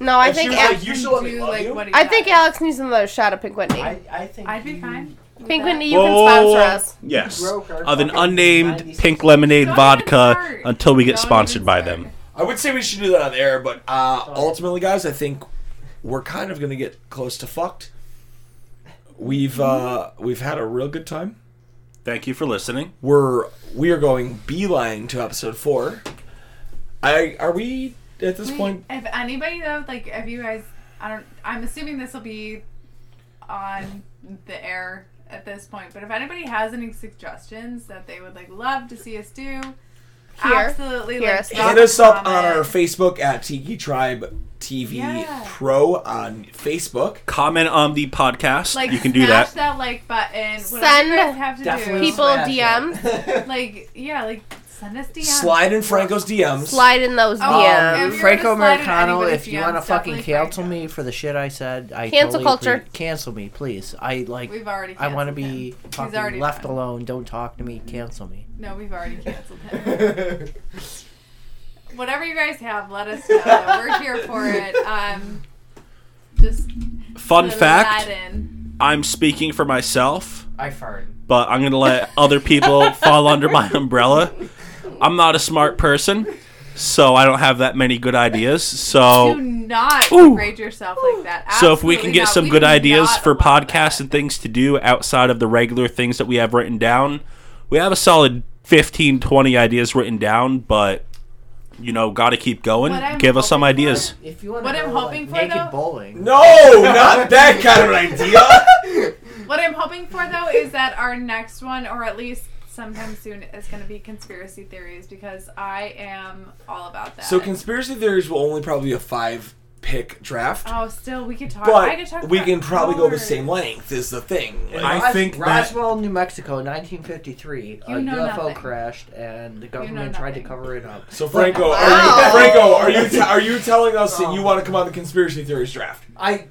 [SPEAKER 5] no, I
[SPEAKER 3] And she
[SPEAKER 5] think
[SPEAKER 3] was
[SPEAKER 5] Al-
[SPEAKER 3] like, "You should let me
[SPEAKER 4] do,
[SPEAKER 3] love you?"
[SPEAKER 4] what he
[SPEAKER 5] I think
[SPEAKER 4] does.
[SPEAKER 5] Alex needs another shot of Pink Whitney.
[SPEAKER 2] I, I think.
[SPEAKER 4] I'd be
[SPEAKER 2] you-
[SPEAKER 4] fine. with
[SPEAKER 5] Pink
[SPEAKER 4] that.
[SPEAKER 5] Whitney, you
[SPEAKER 1] Whoa,
[SPEAKER 5] can
[SPEAKER 1] whoa,
[SPEAKER 5] sponsor
[SPEAKER 1] whoa.
[SPEAKER 6] Oh,
[SPEAKER 5] us.
[SPEAKER 1] Yes.
[SPEAKER 2] broke our
[SPEAKER 1] Of an
[SPEAKER 2] fucking
[SPEAKER 1] unnamed
[SPEAKER 2] 96
[SPEAKER 1] pink lemonade
[SPEAKER 4] Don't even
[SPEAKER 1] vodka
[SPEAKER 4] start.
[SPEAKER 1] until we get
[SPEAKER 4] Don't even
[SPEAKER 1] sponsored by
[SPEAKER 4] start.
[SPEAKER 1] them.
[SPEAKER 3] I would say we should do that on air, but uh, ultimately, guys, I think we're kind of gonna get close to fucked. We've uh, we've had a real good time.
[SPEAKER 1] Thank you for listening.
[SPEAKER 3] We're we are going beeline to episode four. I are we at this
[SPEAKER 4] Wait,
[SPEAKER 3] point?
[SPEAKER 4] If anybody though, like, if you guys, I don't. I'm assuming this will be on the air at this point. But if anybody has any suggestions that they would like love to see us do, absolutely,
[SPEAKER 5] Hear
[SPEAKER 4] like,
[SPEAKER 5] us.
[SPEAKER 4] drop
[SPEAKER 3] Hit us
[SPEAKER 4] a
[SPEAKER 3] up on
[SPEAKER 4] comment.
[SPEAKER 3] our Facebook at Tiki Tribe TV
[SPEAKER 4] Yeah.
[SPEAKER 3] Pro on Facebook.
[SPEAKER 1] Comment on the podcast.
[SPEAKER 4] Like,
[SPEAKER 1] you can do
[SPEAKER 4] smash
[SPEAKER 1] that.
[SPEAKER 4] that like button. Whatever
[SPEAKER 5] Send
[SPEAKER 4] you guys have to
[SPEAKER 2] Definitely
[SPEAKER 4] do.
[SPEAKER 5] People
[SPEAKER 2] smash
[SPEAKER 5] DMs.
[SPEAKER 2] it.
[SPEAKER 4] Like, yeah, like send us DMs.
[SPEAKER 3] Slide in Franco's DMs.
[SPEAKER 5] Slide in those
[SPEAKER 4] Oh,
[SPEAKER 2] Um,
[SPEAKER 5] DMs.
[SPEAKER 4] if you're
[SPEAKER 7] Franco
[SPEAKER 4] gonna slide in
[SPEAKER 7] Americano,
[SPEAKER 4] anybody's
[SPEAKER 7] if you
[SPEAKER 4] DMs,
[SPEAKER 7] want to fucking
[SPEAKER 4] definitely
[SPEAKER 7] cancel
[SPEAKER 4] Franco.
[SPEAKER 7] me for the shit I said, I
[SPEAKER 5] Cancel
[SPEAKER 7] totally
[SPEAKER 5] culture.
[SPEAKER 7] agree. Cancel me, please. I like.
[SPEAKER 4] We've already.
[SPEAKER 7] I want to
[SPEAKER 4] canceled
[SPEAKER 7] be
[SPEAKER 4] him. He's
[SPEAKER 7] fucking
[SPEAKER 4] already
[SPEAKER 7] left
[SPEAKER 4] done.
[SPEAKER 7] alone. Don't talk to me. Cancel me.
[SPEAKER 4] No, we've already canceled him. Whatever you guys have, let us know. We're here for it. Um, just
[SPEAKER 1] Fun
[SPEAKER 4] slide
[SPEAKER 1] fact
[SPEAKER 4] that in.
[SPEAKER 1] I'm speaking for myself,
[SPEAKER 2] I farted.
[SPEAKER 1] but I'm going to let other people fall under my umbrella. I'm not a smart person, so I don't have that many good ideas. So
[SPEAKER 4] Do not degrade yourself like that.
[SPEAKER 1] Oh. so if we can
[SPEAKER 4] Absolutely
[SPEAKER 1] get
[SPEAKER 4] not.
[SPEAKER 1] some
[SPEAKER 4] We
[SPEAKER 1] good
[SPEAKER 4] do
[SPEAKER 1] ideas
[SPEAKER 4] not
[SPEAKER 1] for
[SPEAKER 4] allow that.
[SPEAKER 1] podcasts and things to do outside of the regular things that we have written down, we have a solid 15, 20 ideas written down, but you know, got to keep going.
[SPEAKER 4] What I'm
[SPEAKER 1] Give us some
[SPEAKER 4] hoping for-
[SPEAKER 1] ideas.
[SPEAKER 2] If you want
[SPEAKER 4] What
[SPEAKER 2] to
[SPEAKER 4] I'm
[SPEAKER 2] go,
[SPEAKER 4] hoping
[SPEAKER 2] like,
[SPEAKER 4] for,
[SPEAKER 2] naked
[SPEAKER 4] though-
[SPEAKER 2] bowling.
[SPEAKER 3] No, not that kind of idea.
[SPEAKER 4] What I'm hoping for though is that our next one, or at least sometime soon, is going to be conspiracy theories because I am all about that.
[SPEAKER 3] So conspiracy theories will only probably be a five pick draft,
[SPEAKER 4] oh, still we could talk. I could talk
[SPEAKER 3] but we
[SPEAKER 4] for
[SPEAKER 3] can probably go the
[SPEAKER 4] hours.
[SPEAKER 3] same length. Is the thing. Like,
[SPEAKER 6] I think that
[SPEAKER 2] Roswell, New Mexico, 1953. a
[SPEAKER 4] You know
[SPEAKER 2] UFO
[SPEAKER 4] nothing.
[SPEAKER 2] crashed, and the government
[SPEAKER 4] know
[SPEAKER 2] tried to
[SPEAKER 4] nothing.
[SPEAKER 2] cover it up.
[SPEAKER 3] so Franco, are
[SPEAKER 5] Wow.
[SPEAKER 3] you, Franco, are you t- are you telling us that you want to come on the conspiracy theories draft?
[SPEAKER 2] I,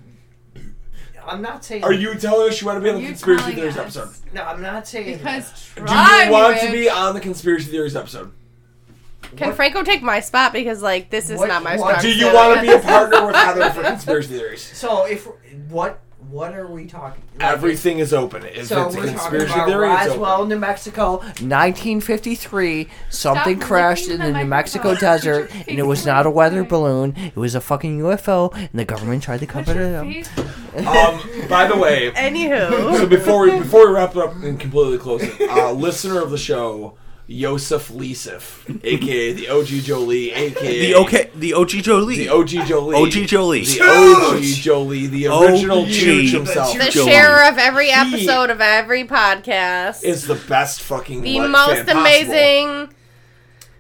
[SPEAKER 2] I'm not saying.
[SPEAKER 3] Are you telling us you want to be on the
[SPEAKER 4] You
[SPEAKER 3] conspiracy
[SPEAKER 4] telling
[SPEAKER 3] theories
[SPEAKER 4] us?
[SPEAKER 3] episode?
[SPEAKER 2] No, I'm not saying.
[SPEAKER 4] Because
[SPEAKER 3] Do
[SPEAKER 4] try
[SPEAKER 3] you want
[SPEAKER 4] me,
[SPEAKER 3] to be
[SPEAKER 4] bitch.
[SPEAKER 3] on the conspiracy theories episode?
[SPEAKER 5] Can Franco take my spot because like this is
[SPEAKER 2] What-
[SPEAKER 5] not my
[SPEAKER 2] what-
[SPEAKER 5] spot.
[SPEAKER 3] Do you want to be a partner with Heather for conspiracy theories?
[SPEAKER 2] So if what what are we talking? like,
[SPEAKER 3] Everything is open. If
[SPEAKER 2] So
[SPEAKER 3] it's a
[SPEAKER 2] we're
[SPEAKER 3] conspiracy
[SPEAKER 2] talking about
[SPEAKER 3] theory, it's open.
[SPEAKER 2] Roswell, New Mexico, 1953. Something
[SPEAKER 4] licking
[SPEAKER 2] crashed in
[SPEAKER 4] the
[SPEAKER 2] the New
[SPEAKER 4] microphone.
[SPEAKER 2] Mexico
[SPEAKER 4] Put
[SPEAKER 2] desert,
[SPEAKER 4] your
[SPEAKER 2] and
[SPEAKER 4] face
[SPEAKER 2] it was
[SPEAKER 4] away
[SPEAKER 2] not a
[SPEAKER 4] from
[SPEAKER 2] weather
[SPEAKER 4] it.
[SPEAKER 2] balloon. It was a fucking UFO, and the government tried to
[SPEAKER 4] Put
[SPEAKER 2] cover it
[SPEAKER 4] your
[SPEAKER 2] up.
[SPEAKER 4] face-
[SPEAKER 3] Um, by the way,
[SPEAKER 5] Anywho,
[SPEAKER 3] so before we before we wrap it up and completely close it, uh, listener of the show, Yosef Lisif, aka the OG Jolie, aka
[SPEAKER 1] The okay, the OG Jolie.
[SPEAKER 3] the OG Jolie,
[SPEAKER 1] OG Jolie.
[SPEAKER 3] the OG Jolie, the original Chooch himself,
[SPEAKER 5] the
[SPEAKER 1] Joey.
[SPEAKER 5] share of every
[SPEAKER 3] He-
[SPEAKER 5] episode of every podcast.
[SPEAKER 3] is the best fucking
[SPEAKER 5] the
[SPEAKER 3] le-
[SPEAKER 5] most
[SPEAKER 3] fan possible.
[SPEAKER 5] amazing.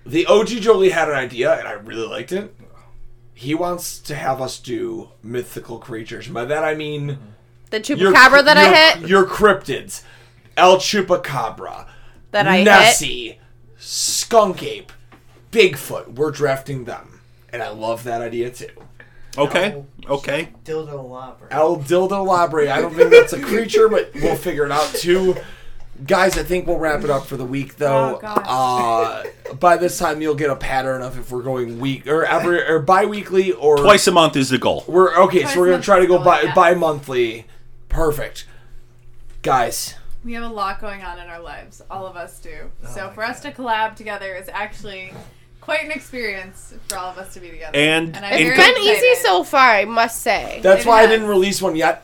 [SPEAKER 3] The OG Jolie had an idea, and I really liked it. He wants to have us do mythical creatures. By that I mean
[SPEAKER 5] The
[SPEAKER 3] your
[SPEAKER 5] chupacabra that I
[SPEAKER 3] your-
[SPEAKER 5] hit.
[SPEAKER 3] your cryptids, El Chupacabra.
[SPEAKER 5] That I hit.
[SPEAKER 3] Nessie, Skunk Ape, Bigfoot. We're drafting them. And I love that idea too.
[SPEAKER 1] Okay,
[SPEAKER 4] Oh,
[SPEAKER 1] okay.
[SPEAKER 2] Dildo whopper.
[SPEAKER 3] El Dildo Labre. I don't think that's a creature, but we'll figure it out too. Guys, I think we'll wrap it up for the week though.
[SPEAKER 4] Oh, gosh.
[SPEAKER 3] uh, by this time, you'll get a pattern of if we're going week or every or bi-weekly or
[SPEAKER 1] Twice a month is the goal.
[SPEAKER 3] We're okay, so we're gonna
[SPEAKER 4] Twice
[SPEAKER 3] try to go bi
[SPEAKER 4] monthly, Oh, yeah.
[SPEAKER 3] bi-monthly. Perfect, guys.
[SPEAKER 4] We have a lot going on in our lives. All of us do.
[SPEAKER 3] Oh
[SPEAKER 4] so for us to collab together is actually quite an experience for all of us to be together.
[SPEAKER 1] And-
[SPEAKER 4] I'm
[SPEAKER 5] It's
[SPEAKER 4] very
[SPEAKER 5] been easy
[SPEAKER 4] excited.
[SPEAKER 5] so far, I must say.
[SPEAKER 3] That's
[SPEAKER 4] It
[SPEAKER 3] why
[SPEAKER 4] has.
[SPEAKER 3] I didn't release one yet,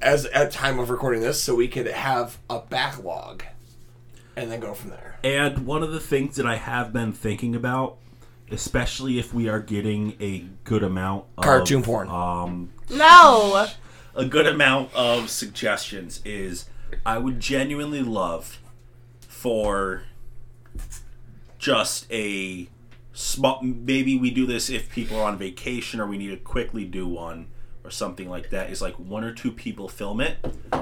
[SPEAKER 3] as at time of recording this, so we could have a backlog, and then go from there.
[SPEAKER 1] And one of the things that I have been thinking about, especially if we are getting a good amount of
[SPEAKER 3] Cartoon porn.
[SPEAKER 1] um,
[SPEAKER 5] No.
[SPEAKER 1] a good amount of suggestions is I would genuinely love for just a small maybe we do this if people are on vacation or we need to quickly do one or something like that is like one or two people film it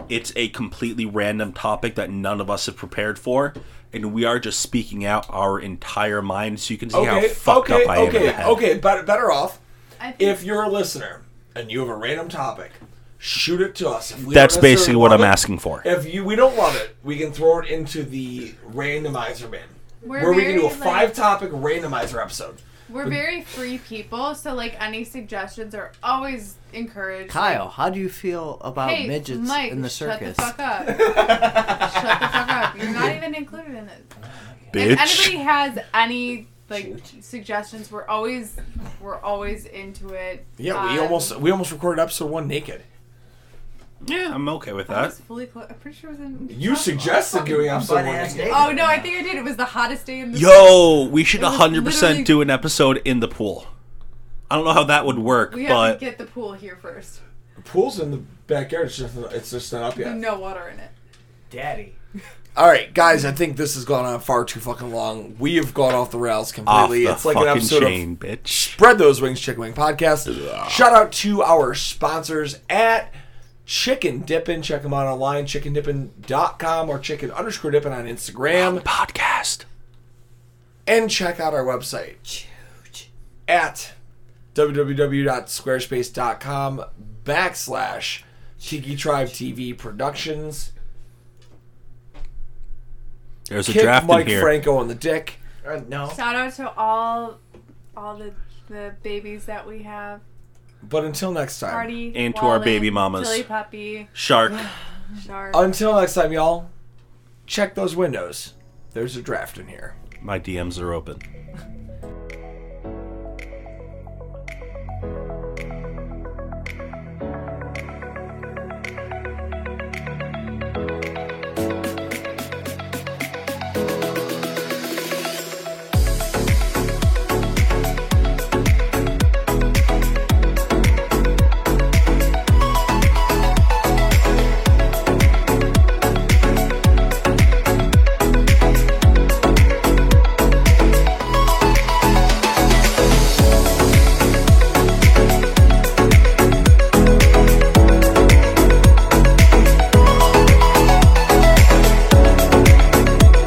[SPEAKER 1] it's a completely random topic that none of us have prepared for and we are just speaking out our entire minds so you can see how
[SPEAKER 3] Okay,
[SPEAKER 1] fucked
[SPEAKER 3] okay,
[SPEAKER 1] up i am in the
[SPEAKER 3] okay,
[SPEAKER 1] head.
[SPEAKER 3] okay. Better, better off
[SPEAKER 4] I think
[SPEAKER 3] if you're a listener and you have a random topic, shoot it to us. If we
[SPEAKER 1] that's
[SPEAKER 3] don't necessarily
[SPEAKER 1] basically what
[SPEAKER 3] love
[SPEAKER 1] i'm
[SPEAKER 3] it-
[SPEAKER 1] asking for
[SPEAKER 3] If you we don't love it, we can throw it into the randomizer bin,
[SPEAKER 4] we're
[SPEAKER 3] where we can
[SPEAKER 4] very,
[SPEAKER 3] do a
[SPEAKER 4] like,
[SPEAKER 3] five-topic randomizer episode.
[SPEAKER 4] We're very free people, so like any suggestions are always encouraged.
[SPEAKER 2] Kyle, how do you feel about
[SPEAKER 4] Like, hey,
[SPEAKER 2] midgets
[SPEAKER 4] Mike,
[SPEAKER 2] in the circus?
[SPEAKER 4] Shut the fuck up. shut the fuck up. You're not even included in this. If anybody has any like suggestions, we're always we're always into it.
[SPEAKER 3] Yeah, we
[SPEAKER 4] Um,
[SPEAKER 3] almost uh, we almost recorded episode one naked.
[SPEAKER 1] yeah i'm okay with
[SPEAKER 4] I
[SPEAKER 1] that
[SPEAKER 4] was fully clo- I'm pretty sure it was in.
[SPEAKER 3] You suggested doing episode one
[SPEAKER 2] Butt-ass
[SPEAKER 3] naked.
[SPEAKER 2] naked.
[SPEAKER 4] Oh no, I think I did. It was the hottest day in the.
[SPEAKER 1] Yo, we should
[SPEAKER 4] It was
[SPEAKER 1] 100%
[SPEAKER 4] literally-
[SPEAKER 1] do an episode in the pool. I don't know how that would work,
[SPEAKER 4] We have
[SPEAKER 1] but
[SPEAKER 4] to get the pool here first.
[SPEAKER 3] pool's in the backyard. It's just it's just not up yet.
[SPEAKER 4] No water in it. Oh,
[SPEAKER 2] Daddy.
[SPEAKER 3] All right, guys. I think this has gone on far too fucking long. We have gone off the rails completely.
[SPEAKER 1] off
[SPEAKER 3] it's
[SPEAKER 1] the
[SPEAKER 3] like an
[SPEAKER 1] fucking
[SPEAKER 3] episode
[SPEAKER 1] chain,
[SPEAKER 3] of
[SPEAKER 1] bitch.
[SPEAKER 3] Spread Those Wings Chicken Wing Podcast. Shout out to our sponsors at Chicken Dippin'. Check them out online, chickendippin.com or chicken underscore dippin' on Instagram.
[SPEAKER 1] Podcast.
[SPEAKER 3] And check out our website at www.squarespace.com backslash Tiki Tribe TV Productions.
[SPEAKER 1] There's a
[SPEAKER 3] Kick
[SPEAKER 1] draft
[SPEAKER 3] Mike
[SPEAKER 1] in here.
[SPEAKER 3] Franco on the dick.
[SPEAKER 2] Uh, no.
[SPEAKER 4] Shout out to all, all the the babies that we have.
[SPEAKER 3] But until next time.
[SPEAKER 4] Party
[SPEAKER 1] And to our
[SPEAKER 4] Wallet,
[SPEAKER 1] baby mamas.
[SPEAKER 4] Silly puppy,
[SPEAKER 1] Shark.
[SPEAKER 4] shark.
[SPEAKER 3] Until next time, y'all, check those windows. There's a draft in here.
[SPEAKER 1] My DMs are open.